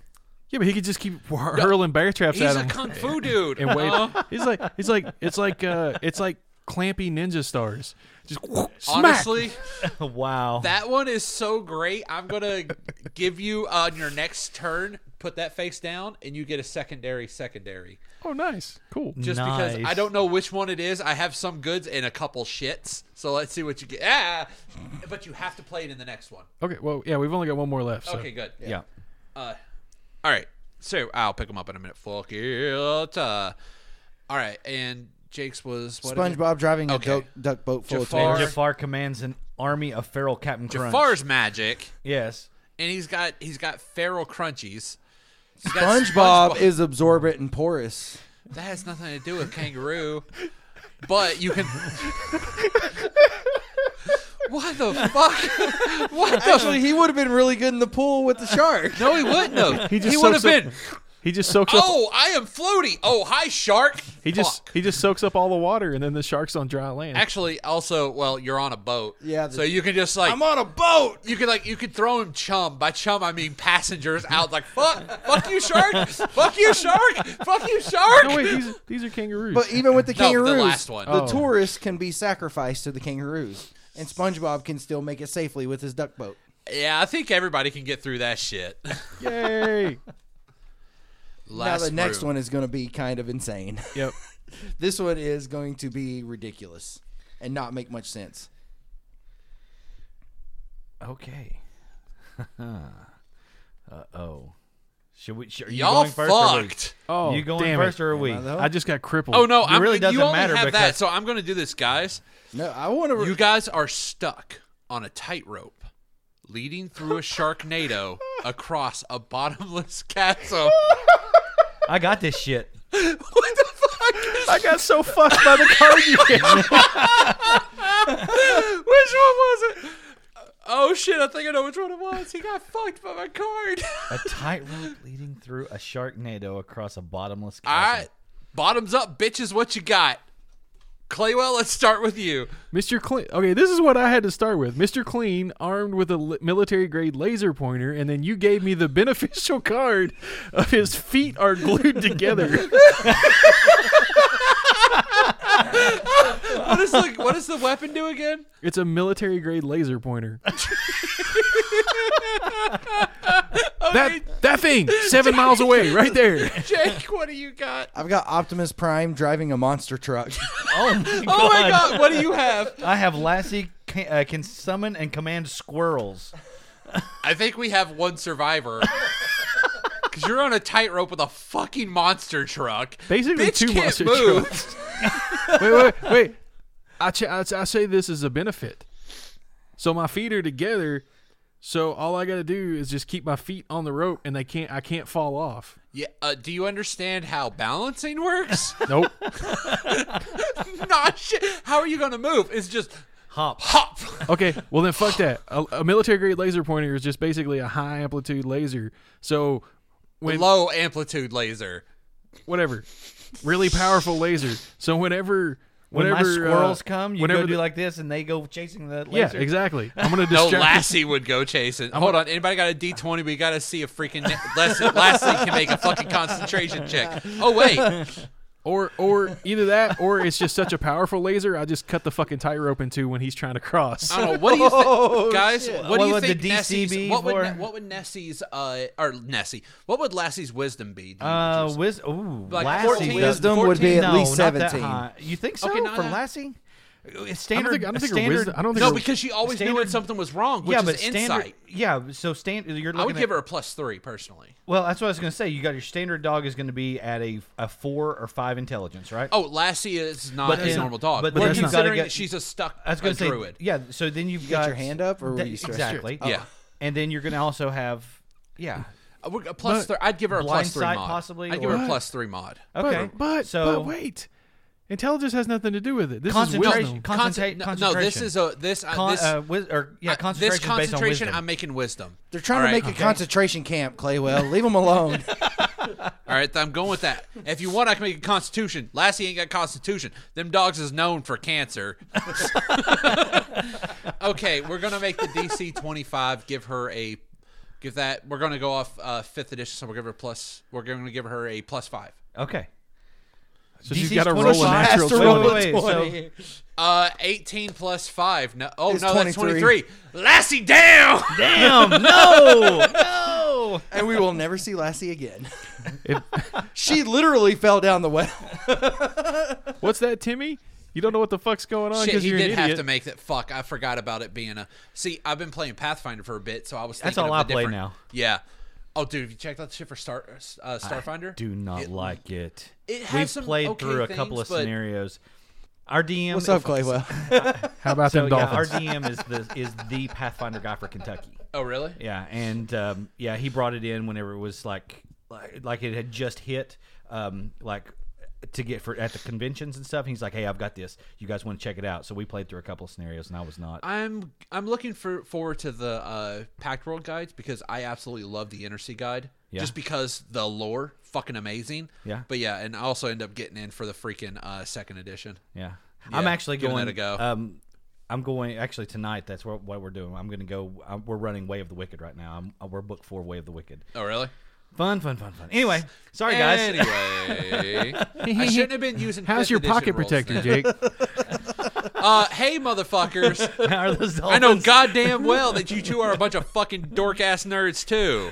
S2: Yeah, but he could just keep wh- hurling bear traps
S4: He's
S2: at
S4: a
S2: him.
S4: kung fu dude.
S2: and wave.
S4: Uh,
S2: he's like, he's like, it's like, uh, it's like clampy ninja stars. Just whoop, smack.
S4: honestly,
S3: wow.
S4: that one is so great. I'm gonna give you on your next turn. Put that face down, and you get a secondary. Secondary.
S2: Oh, nice, cool.
S4: Just because I
S3: Nice.
S4: don't know which one it is. I have some goods and a couple shits. So let's see what you get. Ah, but you have to play it in the next one.
S2: Okay, well, yeah, we've only got one more left. So.
S4: Okay, good.
S3: yeah.
S4: Uh, all right. So I'll pick them up in a minute. Fuck it. Uh, all right. And Jake's was what again?
S1: SpongeBob driving
S4: Okay.
S1: a duck, duck boat full
S4: Jafar.
S1: of
S3: And
S1: tourists.
S3: Jafar commands an army of feral Captain Crunch.
S4: Jafar's magic,
S3: Yes.
S4: and he's got he's got feral crunchies. He's got
S1: SpongeBob is absorbent and porous.
S4: that has nothing to do with kangaroo, but you can. what the fuck? what the?
S1: Actually, he would have been really good in the pool with the shark.
S4: no, he wouldn't have. He,
S2: just
S4: would have
S2: soaks up-
S4: been.
S2: He just soaks up.
S4: Oh, I am floaty. Oh, hi, shark.
S2: He just
S4: Fuck.
S2: he just soaks up all the water, and then the shark's on dry land.
S4: actually also well, you're on a boat.
S1: Yeah, the-
S4: so you can just like
S1: I'm on a boat.
S4: you could like you could throw him chum. By chum I mean passengers out like fuck fuck you shark fuck you shark fuck you shark
S2: no, wait, these these are kangaroos.
S1: But even with the
S4: No, the
S1: kangaroos,
S4: last one.
S1: the
S2: Oh.
S1: tourists can be sacrificed to the kangaroos, and SpongeBob can still make it safely with his duck boat.
S4: Yeah, I think everybody can get through that shit.
S2: Yay!
S4: Last
S1: now the next
S4: room.
S1: one is going to be kind of insane.
S2: yep.
S1: this one is going to be ridiculous and not make much sense.
S3: Okay. uh oh. Should we? Should, are you
S4: Y'all
S3: going first? Or we?
S4: fucked.
S2: Oh,
S3: you going
S2: damn
S3: first
S2: it.
S3: or are we?
S1: Am I the-
S2: I just got crippled.
S4: Oh no, I'm
S3: really
S4: gonna,
S3: doesn't
S4: you only
S3: matter
S4: have that,
S3: because-
S4: so I'm gonna do this, guys.
S1: No, I want to.
S4: You guys are stuck on a tightrope, leading through a sharknado across a bottomless chasm.
S3: I got this shit.
S4: what the fuck?
S2: I got so fucked by the card you gave me.
S4: which one was it? Oh shit! I think I know which one it was. He got fucked by my card.
S3: A tightrope leading through a sharknado across a bottomless
S4: All
S3: chasm.
S4: right, bottoms up, bitches. What you got, Claywell? Let's start with you.
S2: Mr. Clean. Okay, this is what I had to start with. Mr. Clean, armed with a li- military-grade laser pointer, and then you gave me the beneficial card of his feet are glued together.
S4: What is the What does the weapon do again?
S2: it's a military-grade laser pointer. That that thing, seven miles away, right there.
S4: Jake, what do you got?
S1: I've got Optimus Prime driving a monster truck.
S3: Oh my god.
S4: Oh my god, what do you have?
S3: I have Lassie can, uh, can summon and command squirrels.
S4: I think we have one survivor. Cause you're on a tightrope with a fucking monster truck.
S2: Basically
S4: Bitch
S2: two
S4: can't
S2: monster
S4: move.
S2: trucks. Wait, wait, wait. I, ch- I, I say this is a benefit. So my feet are together, So all I got to do is just keep my feet on the rope, and they can't. I can't fall off.
S4: Yeah. Uh, do you understand how balancing works?
S2: Nope.
S4: Not shit. How are you gonna move? It's just
S3: Hop.
S4: hop.
S2: okay. Well then, fuck that. A, a military grade laser pointer is just basically a high amplitude laser. So when
S4: Low amplitude laser.
S2: whatever, really powerful laser. So whenever
S3: When
S2: whenever
S3: my squirrels
S2: uh,
S3: come, you
S2: whenever
S3: go do
S2: the-
S3: like this, and they go chasing the
S2: yeah
S3: laser.
S2: exactly. I'm gonna
S4: No,
S2: distract.
S4: Lassie would go chasing. Hold on, anybody got a D twenty? We gotta see if freaking Lassie, Lassie can make a fucking concentration check. Oh wait,
S2: Or or either that, or it's just such a powerful laser. I just cut the fucking tightrope in two when he's trying to cross.
S4: I don't know. What do you think, guys? What
S3: Oh, What
S4: do you
S3: would the
S4: think
S3: DC
S4: Nessie's?
S3: be
S4: What would,
S3: for?
S4: Ne- what would Nessie's? Uh, or Nessie? What would Lassie's wisdom be? do you
S3: Uh,
S4: just-
S3: wis- ooh,
S4: Like
S3: Lassie.
S4: 14
S1: Wisdom would be
S4: 14?
S1: at
S3: no,
S1: least
S3: not that
S1: seventeen.
S3: high. You think so
S4: Okay, not
S3: for
S4: that-
S3: Lassie? It's
S2: I don't
S3: standard.
S2: think. I don't
S3: a
S2: think.
S3: standard,
S2: her wisdom, I don't think.
S4: no,
S2: her-
S4: because she always knew when
S3: standard-
S4: something was wrong, which
S3: yeah,
S4: is
S3: but
S4: insight.
S3: standard. Yeah, so standard. You're looking
S4: I would
S3: at,
S4: give her a plus three personally.
S3: Well, that's what I was going to say. You got your standard dog is going to be at a, a four or five intelligence, right?
S4: Oh, Lassie is not
S3: But
S4: a
S3: then-
S4: normal dog.
S3: but
S4: But we're
S3: then you've gotta
S4: considering
S3: get-
S4: that she's a stuck
S3: I was
S4: a
S3: going to say
S4: druid.
S3: Yeah. So then you've got
S1: your hand up, or were
S3: that-
S1: you stretched?
S3: exactly?
S2: Oh.
S4: Yeah.
S3: And then you're going to also have yeah.
S4: Uh, we're- a
S2: But-
S4: plus three. I'd give her a plus
S3: Blind
S4: three
S3: sight,
S4: mod.
S3: possibly,
S4: I'd give
S3: or-
S4: her a plus three mod.
S2: But,
S3: Okay.
S2: but
S3: so
S2: but wait, intelligence has nothing to do with it. This
S3: Concentration-
S2: is wisdom.
S3: con- Concentrate-
S4: Concent- no, no, this
S3: concentration.
S4: is a this I-
S3: Con,
S4: this
S3: uh, wis- or, yeah,
S4: I-
S3: concentration
S4: this
S3: is based on
S4: concentration.
S3: wisdom.
S4: I'm making wisdom.
S1: They're trying to
S4: All right,
S1: make a concentration camp, Claywell. Leave them alone.
S4: All right, I'm going with that. If you want, I can make a constitution. Lassie ain't got constitution. Them dogs is known for cancer. okay, we're gonna make the DC 25. Give her a, give that. We're gonna go off uh, fifth edition, so we'll give her a plus. We're gonna give her a plus five.
S3: okay.
S2: so she's
S3: DC's
S2: got to roll a
S3: 25.
S2: natural
S1: Has to
S3: Wait,
S1: roll
S2: twenty.
S1: a
S3: wait, wait, so-
S1: 20.
S4: Uh, 18 plus five. No, oh
S1: It's
S4: no, that's
S1: 23.
S4: 23. Lassie down.
S3: Damn! No! no!
S1: and we will never see Lassie again. she literally fell down the well.
S2: What's that, Timmy? You don't know what the fuck's going on
S4: Shit,
S2: because
S4: he
S2: you're
S4: did
S2: an
S4: have to
S2: idiot.
S4: make that. Fuck, I forgot about it being a. See, I've been playing Pathfinder for a bit, so I was.
S3: That's
S4: thinking
S3: all
S4: of the
S3: I play
S4: different-
S3: now.
S4: Yeah. Oh, dude, have you checked out the shit for Star uh, Starfinder?
S3: Do not
S4: It-
S3: like it.
S4: it had
S3: We've
S4: some
S3: played
S4: okay
S3: through a
S4: things,
S3: couple of
S4: but-
S3: scenarios. Our DM.
S1: What's up, Claywell?
S2: How about
S3: So
S2: them
S3: yeah, our
S2: dolphins?
S3: DM is the is the Pathfinder guy for Kentucky.
S4: Oh, really?
S3: Yeah, and um, yeah, he brought it in whenever it was like like, like it had just hit, um, like to get for at the conventions and stuff. He's like, "Hey, I've got this. You guys want to check it out?" So we played through a couple of scenarios, and I was not.
S4: I'm I'm looking for forward to the uh, Pact World guides because I absolutely love the Inner Sea guide.
S3: Yeah.
S4: Just because the lore fucking amazing.
S3: Yeah.
S4: But yeah, and I also end up getting in for the freaking uh, second edition.
S3: Yeah. I'm actually
S4: giving
S3: going
S4: that a go.
S3: Um, I'm going actually tonight. That's what, what we're doing. I'm going to go. i we're running Way of the Wicked right now. I'm, uh, we're book four Way of the Wicked.
S4: Oh, really?
S3: Fun, fun, fun, fun. Anyway, sorry guys.
S4: Anyway, I shouldn't have been using.
S2: How's
S4: fifth
S2: your
S4: edition
S2: pocket
S4: rules
S2: protector,
S4: then.
S2: Jake?
S4: Uh, hey, motherfuckers.
S3: How are those
S4: I know
S3: dolphins?
S4: goddamn well that you two are a bunch of fucking dork ass nerds too.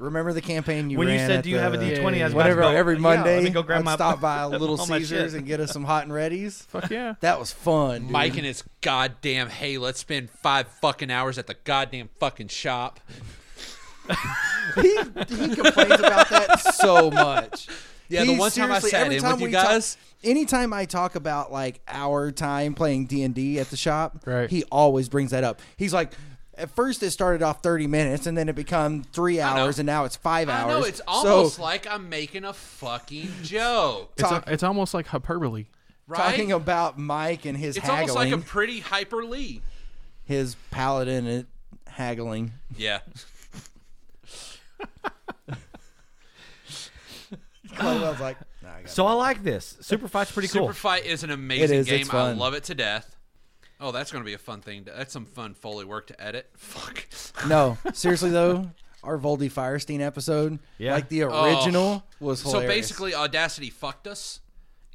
S1: Remember the campaign you
S3: When you
S1: ran
S3: said,
S1: at
S3: "Do you
S1: the-
S3: have a D20?" I was about
S1: Whatever,
S3: to go,
S1: every
S3: yeah,
S1: Monday,
S3: let me go grab
S1: I'd
S3: my
S1: stop by Little
S3: all my
S1: Caesars
S3: shit.
S1: and get us some hot and readies.
S2: Fuck yeah.
S1: That was fun, dude.
S4: Mike and his goddamn hey, let's spend five fucking hours at the goddamn fucking shop.
S1: he, he complains about that so much.
S4: Yeah, the one time I
S1: seriously-
S4: sat
S1: every
S4: in
S1: time
S4: with you
S1: we talk-
S4: guys-
S1: anytime I talk about like our time playing D and D at the shop,
S2: Right.
S1: he always brings that up. He's like. At first, it started off thirty minutes, and then it become three hours, and now it's five
S4: I
S1: hours.
S4: know it's almost
S1: so,
S4: like I'm making a fucking joke,
S2: It's,
S1: Talk-
S2: a, it's almost like hyperbole.
S4: right?
S1: talking about Mike and his
S4: it's almost
S1: haggling,
S4: like a pretty hyper Lee.
S1: his paladin and haggling.
S4: Yeah.
S1: Caldwell's like, "Nah, I got it."
S3: So I like this. Super fight's pretty cool.
S4: Super Fight is an amazing
S1: It is,
S4: game.
S1: it's
S4: I
S1: fun.
S4: love it to death. Oh, that's going to be a fun thing. To, that's some fun Foley work to edit. Fuck.
S1: no, seriously though, our Voldy Firestein episode,
S3: Yeah.
S1: like the original, was
S4: Oh. So
S1: hilarious.
S4: basically, Audacity fucked us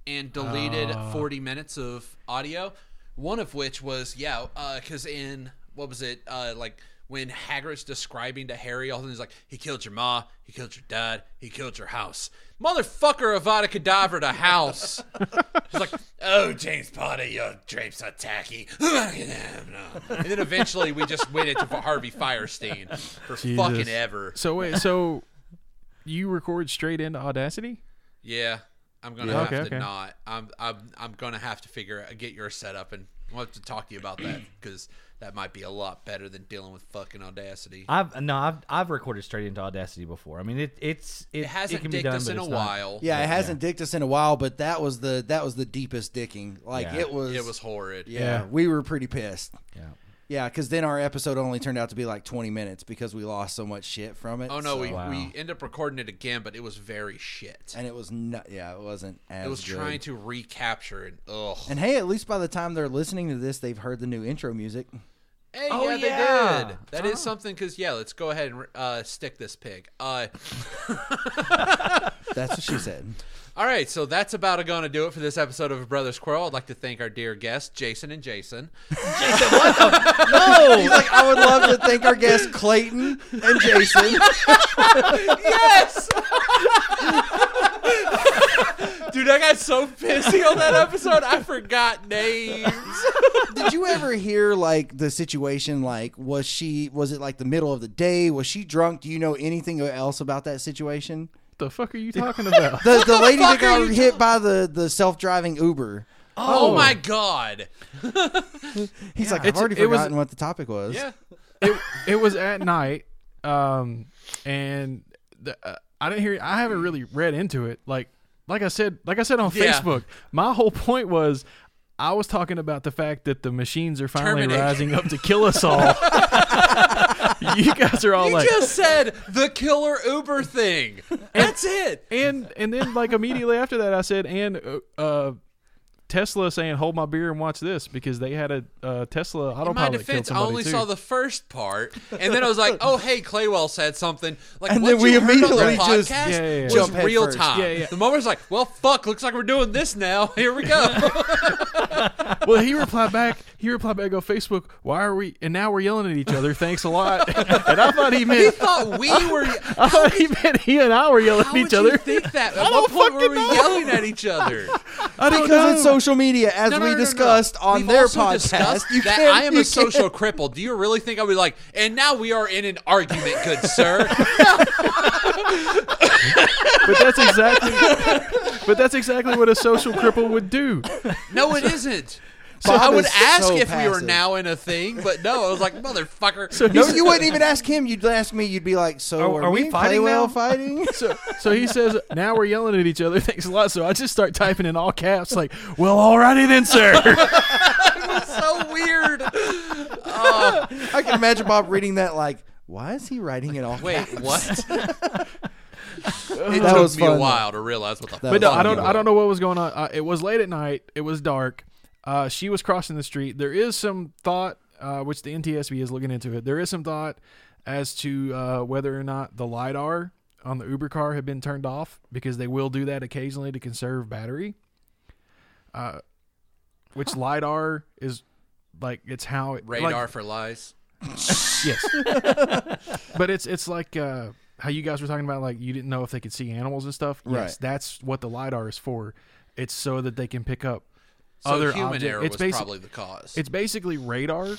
S4: and deleted 40 minutes of audio. One of which was, yeah, because in, what was it, uh, like when Hagrid's describing to Harry all things like, he killed your ma, he killed your dad, he killed your house. Motherfucker, Avada Kedavra to house. He's like, oh, James Potter, your drapes are tacky. and then eventually we just went into Harvey Firestein for fucking
S2: Jesus.
S4: ever.
S2: So wait, so you record straight into Audacity?
S4: Yeah, I'm gonna
S2: Yeah.
S4: have
S2: Okay,
S4: to
S2: okay.
S4: not. I'm I'm I'm gonna have to figure out, get your setup, and we'll have to talk to you about that because that might be a lot better than dealing with fucking Audacity.
S3: I've no, I've I've recorded straight into Audacity before. I mean, it it's it,
S4: it hasn't
S3: can be
S4: dicked
S3: done,
S4: us
S3: but
S4: in a
S3: it's not-
S4: while.
S1: Yeah, it hasn't dicked us in a while, but that was the that was the deepest dicking. Like
S3: Yeah.
S1: it was.
S4: It was horrid.
S1: Yeah,
S2: Yeah.
S1: we were pretty pissed.
S3: Yeah.
S1: Yeah, because then our episode only turned out to be like 20 minutes because we lost so much shit from it.
S4: Oh no,
S1: so-
S4: we,
S3: Wow.
S4: we end up recording it again, but it was very shit.
S1: and it was not. Yeah, it wasn't. As
S4: It was
S1: good.
S4: trying to recapture it. Ugh.
S1: And hey, at least by the time they're listening to this, they've heard the new intro music.
S4: Hey,
S3: Oh,
S4: yeah,
S3: yeah.
S4: they did. That is something because yeah, let's go ahead and uh, stick this pig. Uh,
S1: That's what she said.
S4: all right, so that's about going to do it for this episode of Brother Squirrel. I'd like to thank our dear guests, Jason and Jason.
S1: He's like, I would love to thank our guests Clayton and Jason.
S4: yes, dude, I got so pissy on that episode. I forgot names.
S1: Did you ever hear like the situation? Like, was she? Was it like the middle of the day? Was she drunk? Do you know anything else about that situation?
S2: the fuck are you talking about?
S1: The the lady that
S4: fuck are
S1: got
S4: you
S1: hit by the the self driving Uber.
S4: Oh, my god.
S1: He's like, I've
S2: It's-
S1: already
S2: it was-
S1: forgotten what the topic was.
S4: Yeah.
S2: it, it was at night, um, and the, uh, I didn't hear. I haven't really read into it. Like, like I said, like I said on
S4: Yeah.
S2: Facebook, my whole point was I was talking about the fact that the machines are finally
S4: Terminator.
S2: rising up to kill us all. you guys are all
S4: You
S2: like,
S4: just said the killer Uber thing. That's it.
S2: and and then like immediately after that, I said, and uh, uh, Tesla saying, "Hold my beer and watch this," because they had a uh, Tesla autopilot
S4: In my
S2: killed
S4: defense, I
S2: somebody,
S4: only
S2: too.
S4: saw the first part, and then I was like, "Oh, hey, Claywell said something." Like,
S1: And
S4: what
S1: then we
S4: you heard on the
S1: immediately just-
S2: Yeah,
S4: podcast
S2: yeah, yeah.
S4: was
S1: Jump head
S4: real
S1: first.
S4: time.
S2: Yeah, yeah.
S4: The moment was like, "Well, fuck, looks like we're doing this now. Here we go."
S2: well, he replied back. He replied back on Facebook. Why are we? And now we're yelling at each other. Thanks a lot. and I thought he
S4: he
S2: meant.
S4: thought we were. How
S2: I thought he meant he and I were yelling at
S4: would
S2: each other.
S4: you think that? At
S2: don't
S4: what point were
S2: fucking
S4: we
S2: know.
S4: yelling at each other?
S2: I don't
S1: Because
S2: know.
S1: it's social media, as
S4: No, no,
S1: we
S4: no, no, no.
S1: discussed on
S4: We've
S1: their
S4: also
S1: podcast.
S4: discussed
S1: You
S4: that
S1: can't-
S4: I am
S1: you
S4: a
S1: can't-
S4: social cripple. Do you really think I would be like? And now we are in an argument, good sir.
S2: but that's exactly. but that's exactly what a social cripple would do.
S4: No, it isn't. So
S1: Bob
S4: I would
S1: is
S4: ask
S1: so
S4: if we were
S1: passive.
S4: now in a thing, but no, I was like, motherfucker.
S1: No, you wouldn't even ask him. You'd ask me. You'd be like, "So are,
S3: Are- are
S1: we
S3: we
S1: and
S3: fighting
S1: Claywell
S3: now?"
S1: fighting?"
S2: So, so he says, now we're yelling at each other. Thanks a lot. So I just start typing in all caps, like, well, alrighty then, sir.
S4: so weird. Oh,
S1: I can imagine Bob reading that. Like, why is he writing it all?
S4: Wait, what? it
S1: That
S4: took
S1: was
S4: me a
S1: fun.
S4: while to realize what the fuck.
S1: was
S2: But no,
S1: fun.
S2: I don't.
S1: Yeah.
S2: I don't know what was going on. Uh, it was late at night. It was dark. Uh, she was crossing the street. There is some thought, uh, which the NTSB is looking into it. There is some thought as to uh, whether or not the lidar on the Uber car had been turned off because they will do that occasionally to conserve battery. Uh, which lidar is like it's how it, like-
S4: radar for lies.
S2: Yes. but it's it's like uh, how you guys were talking about, like you didn't know if they could see animals and stuff. Yes,
S1: Right.
S2: that's what the lidar is for. It's so that they can pick up
S4: So
S2: other
S4: human
S2: object-
S4: error
S2: It's
S4: was
S2: basic-
S4: probably the cause.
S2: It's basically radar,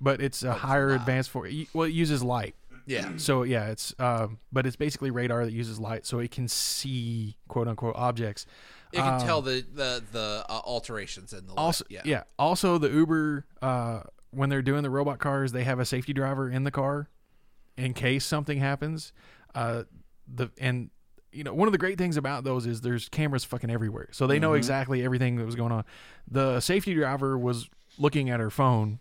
S2: but it's a
S4: Oh,
S2: higher advanced for. Well, it uses light.
S4: yeah,
S2: So yeah, it's um, but it's basically radar that uses light, so it can see quote unquote objects.
S4: it can tell the the the uh, alterations in the light.
S2: Also, yeah. Also, the Uber uh, when they're doing the robot cars, they have a safety driver in the car in case something happens. Uh, the and you know one of the great things about those is there's cameras fucking everywhere, so they
S4: Mm-hmm.
S2: know exactly everything that was going on. The safety driver was looking at her phone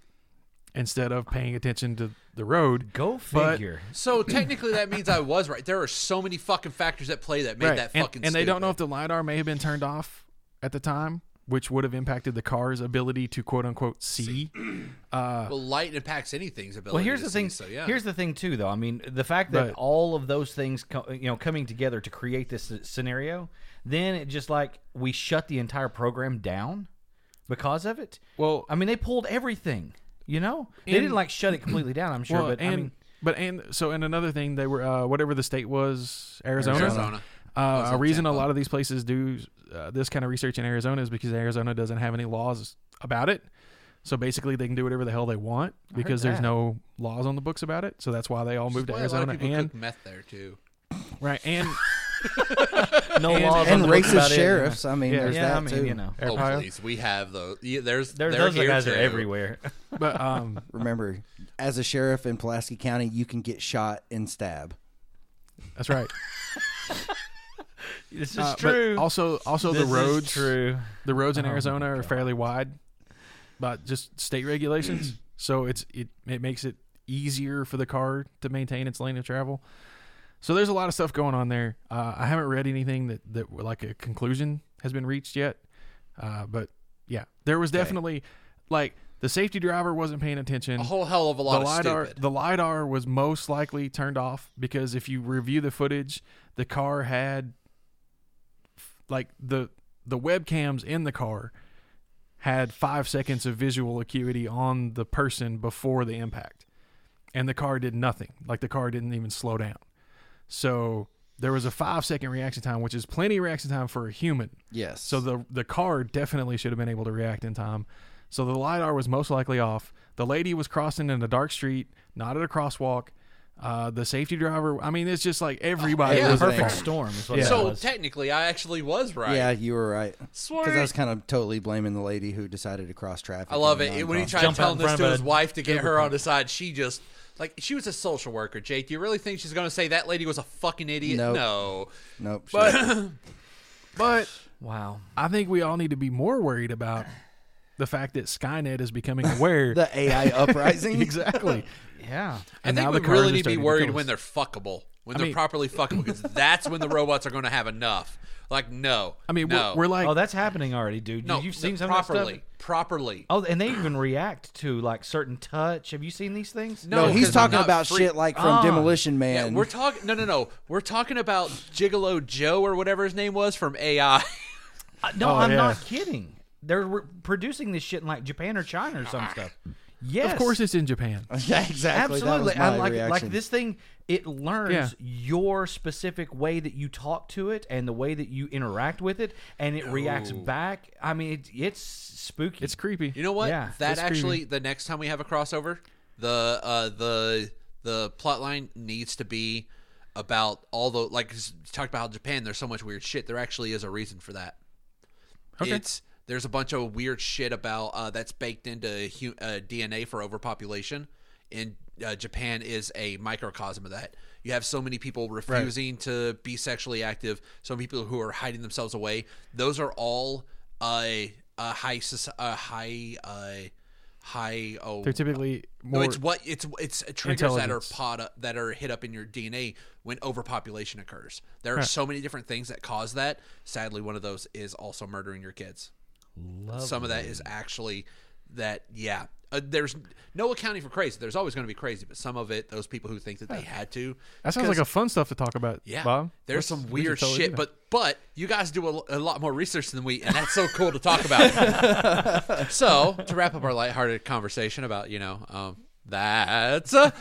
S2: instead of paying attention to the road.
S3: Go
S2: But-
S3: figure.
S4: So technically, that means I was right. There are so many fucking factors that play that made
S2: Right.
S4: that
S2: and,
S4: fucking.
S2: and they don't know if
S4: stupid.
S2: the lidar may have been turned off at the time, which would have impacted the car's ability to quote unquote see.
S4: well, light impacts anything's ability.
S3: Well, here's
S4: to
S3: the thing.
S4: see, so yeah,
S3: Here's the thing too, though. I mean, the fact that
S2: Right.
S3: all of those things, co- you know, coming together to create this scenario, then it just like we shut the entire program down because of it.
S2: Well-
S3: I mean, they pulled everything. You know, they
S2: And-
S3: didn't like shut it completely down. I'm sure,
S2: Well,
S3: but
S2: and
S3: I mean,
S2: but and so and another thing they were uh, whatever the state was Arizona.
S4: Arizona.
S2: Uh,
S4: was
S2: a
S4: in
S2: reason a
S4: Tampa.
S2: lot of these places do uh, this kind of research in Arizona is because Arizona doesn't have any laws about it. So basically, they can do whatever the hell they want because there's
S3: that.
S2: no laws on the books about it. So that's why they all moved to
S4: Why a lot of
S2: Arizona
S4: people
S2: and
S4: cook meth there too.
S2: right and
S3: No laws on
S1: and
S3: the books
S1: racist
S3: about it, you know.
S1: sheriffs. I mean,
S2: Yeah.
S1: there's
S3: Yeah,
S1: that
S3: I mean,
S1: too.
S3: you know,
S2: Air
S4: Oh
S2: pile.
S4: please, we have those. Yeah, there's
S3: there,
S4: they're
S3: those
S4: here
S3: guys
S4: too.
S3: are everywhere.
S2: But um,
S1: Remember, as a sheriff in Pulaski County, you can get shot and stab.
S2: that's right.
S3: This is
S2: Uh, but
S3: true.
S2: Also, also
S3: This
S2: the
S3: is
S2: roads.
S3: true.
S2: The roads in
S3: Oh my
S2: Arizona are fairly wide, but just state regulations. so it's it it makes it easier for the car to maintain its lane of travel. So there's a lot of stuff going on there. Uh, I haven't read anything that that like a conclusion has been reached yet, uh, but yeah, there was definitely like the safety driver wasn't paying attention.
S3: Oh,
S4: A whole hell of a
S2: the
S4: lot of
S2: lidar
S4: stupid.
S2: the lidar was most likely turned off because if you review the footage, the car had like the the webcams in the car had five seconds of visual acuity on the person before the impact, and the car did nothing. Like the car didn't even slow down. So there was a five second reaction time, which is plenty of reaction time for a human.
S1: Yes.
S2: So the the car definitely should have been able to react in time. So the lidar was most likely off. The lady was crossing in a dark street, not at a crosswalk. Uh, the safety driver. I mean, it's just like everybody
S4: yeah,
S2: was
S1: perfect
S2: wrong.
S1: storm.
S3: Storm is what
S2: Yeah.
S3: that
S4: so
S3: was.
S4: technically, I actually was right.
S1: yeah, you were right.
S4: Sweet.
S1: Because I was kind of totally blaming the lady who decided to cross traffic.
S4: I love
S1: and
S4: it. When he
S1: non-cross-
S4: tried
S3: Jump out
S4: telling
S3: in
S4: this
S3: front
S4: to
S3: of
S4: his
S3: a
S4: wife to get her on his side, she just like she was a social worker. Jake, do you really think she's gonna say that lady was a fucking idiot?
S1: Nope.
S4: No.
S1: nope. she-
S2: But
S3: wow.
S2: I think we all need to be more worried about the fact that Skynet is becoming aware.
S1: the AI uprising.
S2: exactly.
S3: Yeah.
S4: I
S2: And now
S4: think we
S2: the cars
S4: really
S2: are
S4: need to be
S2: starting to
S4: worried
S2: kill
S4: when
S2: us.
S4: they're fuckable, when they're
S2: mean-
S4: properly fuckable, because that's when the robots are going to have enough. Like, no,
S2: I mean,
S4: no,
S2: we're, we're like,
S3: Oh, that's happening already, dude.
S4: no,
S3: You've seen
S4: no,
S3: some of that
S4: properly,
S3: stuff.
S4: properly.
S3: Oh, and they even react to like certain touch. Have you seen these things?
S4: No,
S1: No, he's
S4: because I'm
S1: talking
S4: not
S1: about
S4: free-
S1: shit like from
S3: Ah.
S1: Demolition
S4: yeah,
S1: Man.
S4: we're talking. No, no, no. We're talking about Gigolo Joe or whatever his name was from AI.
S3: Uh, no,
S2: Oh,
S3: I'm
S2: yeah.
S3: not kidding. They're re- producing this shit in like Japan or China or some stuff. Yes,
S2: of course, it's in Japan.
S1: yeah, exactly. That
S3: absolutely.
S1: was
S3: I
S1: my
S3: like like
S1: reaction.
S3: this thing. It learns
S2: Yeah.
S3: your specific way that you talk to it and the way that you interact with it, and it reacts back. I mean, it, it's spooky.
S2: It's creepy.
S4: You know what?
S3: Yeah,
S4: that
S2: that's creepy.
S4: actually, the next time we have a crossover, the uh, the the plot line needs to be about all the like 'cause you talked about how Japan. There's so much weird shit. There actually is a reason for that. It's there's a bunch of weird shit about uh, that's baked into hu- uh, DNA for overpopulation. And uh, Japan is a microcosm of that. You have so many people refusing to be sexually active. Some people who are hiding themselves away. Those are all uh, uh, high, soci- uh, high, uh, high. Oh,
S2: They're typically more.
S4: no, it's what it's it's triggers that are
S2: Intelligence.
S4: pot up, that are hit up in your DNA when overpopulation occurs. There are so many different things that cause that. Sadly, one of those is also murdering your kids. Some of that is actually that yeah. Uh, there's no accounting for crazy. There's always going to be crazy, but some of it, those people who think that they had to,
S2: that sounds like a fun stuff to talk about.
S4: yeah,
S2: Bob.
S4: there's
S2: Let's-
S4: some
S2: we should
S4: weird
S2: totally
S4: shit.
S2: do that.
S4: But but you guys do a, a lot more research than we, and that's so cool to talk about. so to wrap up our lighthearted conversation about you know um, that's uh,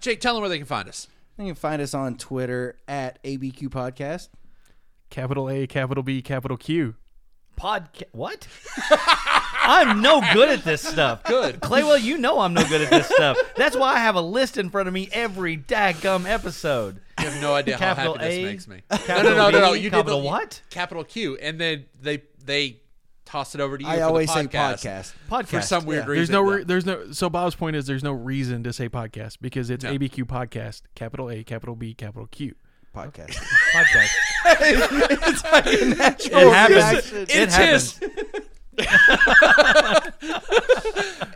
S4: Jake, tell them where they can find us.
S1: You can find us on Twitter at ABQ Podcast.
S2: capital A, capital B, capital Q.
S3: podcast. What? I'm no good at this stuff. Good. Claywell, you know I'm no good at this stuff. That's why I have a list in front of me every daggum episode.
S4: You have no idea how
S3: Capital
S4: happy this
S3: A,
S4: makes me.
S3: capital
S4: no, no, no, no, no.
S3: B,
S4: You
S3: capital
S4: did the,
S3: what?
S4: Capital Q, and then they they toss it over to you.
S1: I
S4: for the
S1: always say
S4: podcast
S1: podcast.
S3: Podcast.
S4: for some weird
S1: yeah.
S4: reason.
S2: There's no,
S4: though.
S2: re- there's no. So Bob's point is, there's no reason to say podcast because it's ABQ podcast, capital A, capital B, capital Q.
S1: Podcast.
S3: podcast.
S1: it's like a natural
S3: It happens.
S1: reaction.
S3: It happens.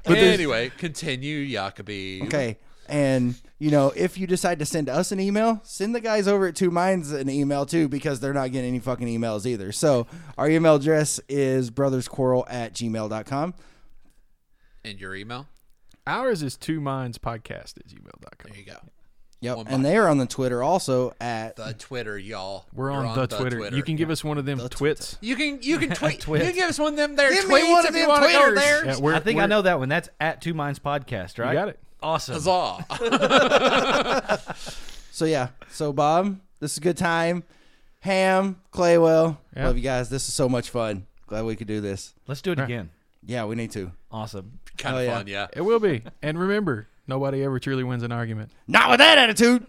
S4: anyway, continue, Jacoby.
S1: Okay. And you know, if you decide to send us an email, send the guys over at Two Minds an email too, because they're not getting any fucking emails either. So our email address is brothersquarrel at gmail.com.
S4: And your email.
S2: Ours is two minds podcast at gmail.com.
S4: There you go.
S1: Yep.
S4: One
S1: and they are on the Twitter also at
S4: the Twitter, y'all.
S2: We're
S4: You're
S2: on, the, Twitter. You can give us one of them twits.
S4: you can you can tweet.
S3: Twit.
S4: You can give us one of them there
S1: Give me
S4: tweets
S1: one of
S4: if you
S1: them
S4: want to go
S1: Twitters.
S4: there.
S2: Yeah, we're,
S3: I think I
S2: we're-
S3: know that one. That's at Two Minds Podcast, right?
S2: got it.
S3: Awesome.
S4: Huzzah.
S1: So yeah. So Bob, this is a good time. Ham, Claywell,
S2: Yeah.
S1: love you guys. This is so much fun. Glad we could do this.
S3: Let's do it again.
S1: Yeah, we need to.
S3: Awesome.
S4: kind
S1: Oh,
S4: of
S1: yeah.
S4: fun, yeah.
S2: It will be. And remember, nobody ever truly wins an argument.
S1: Not with that attitude.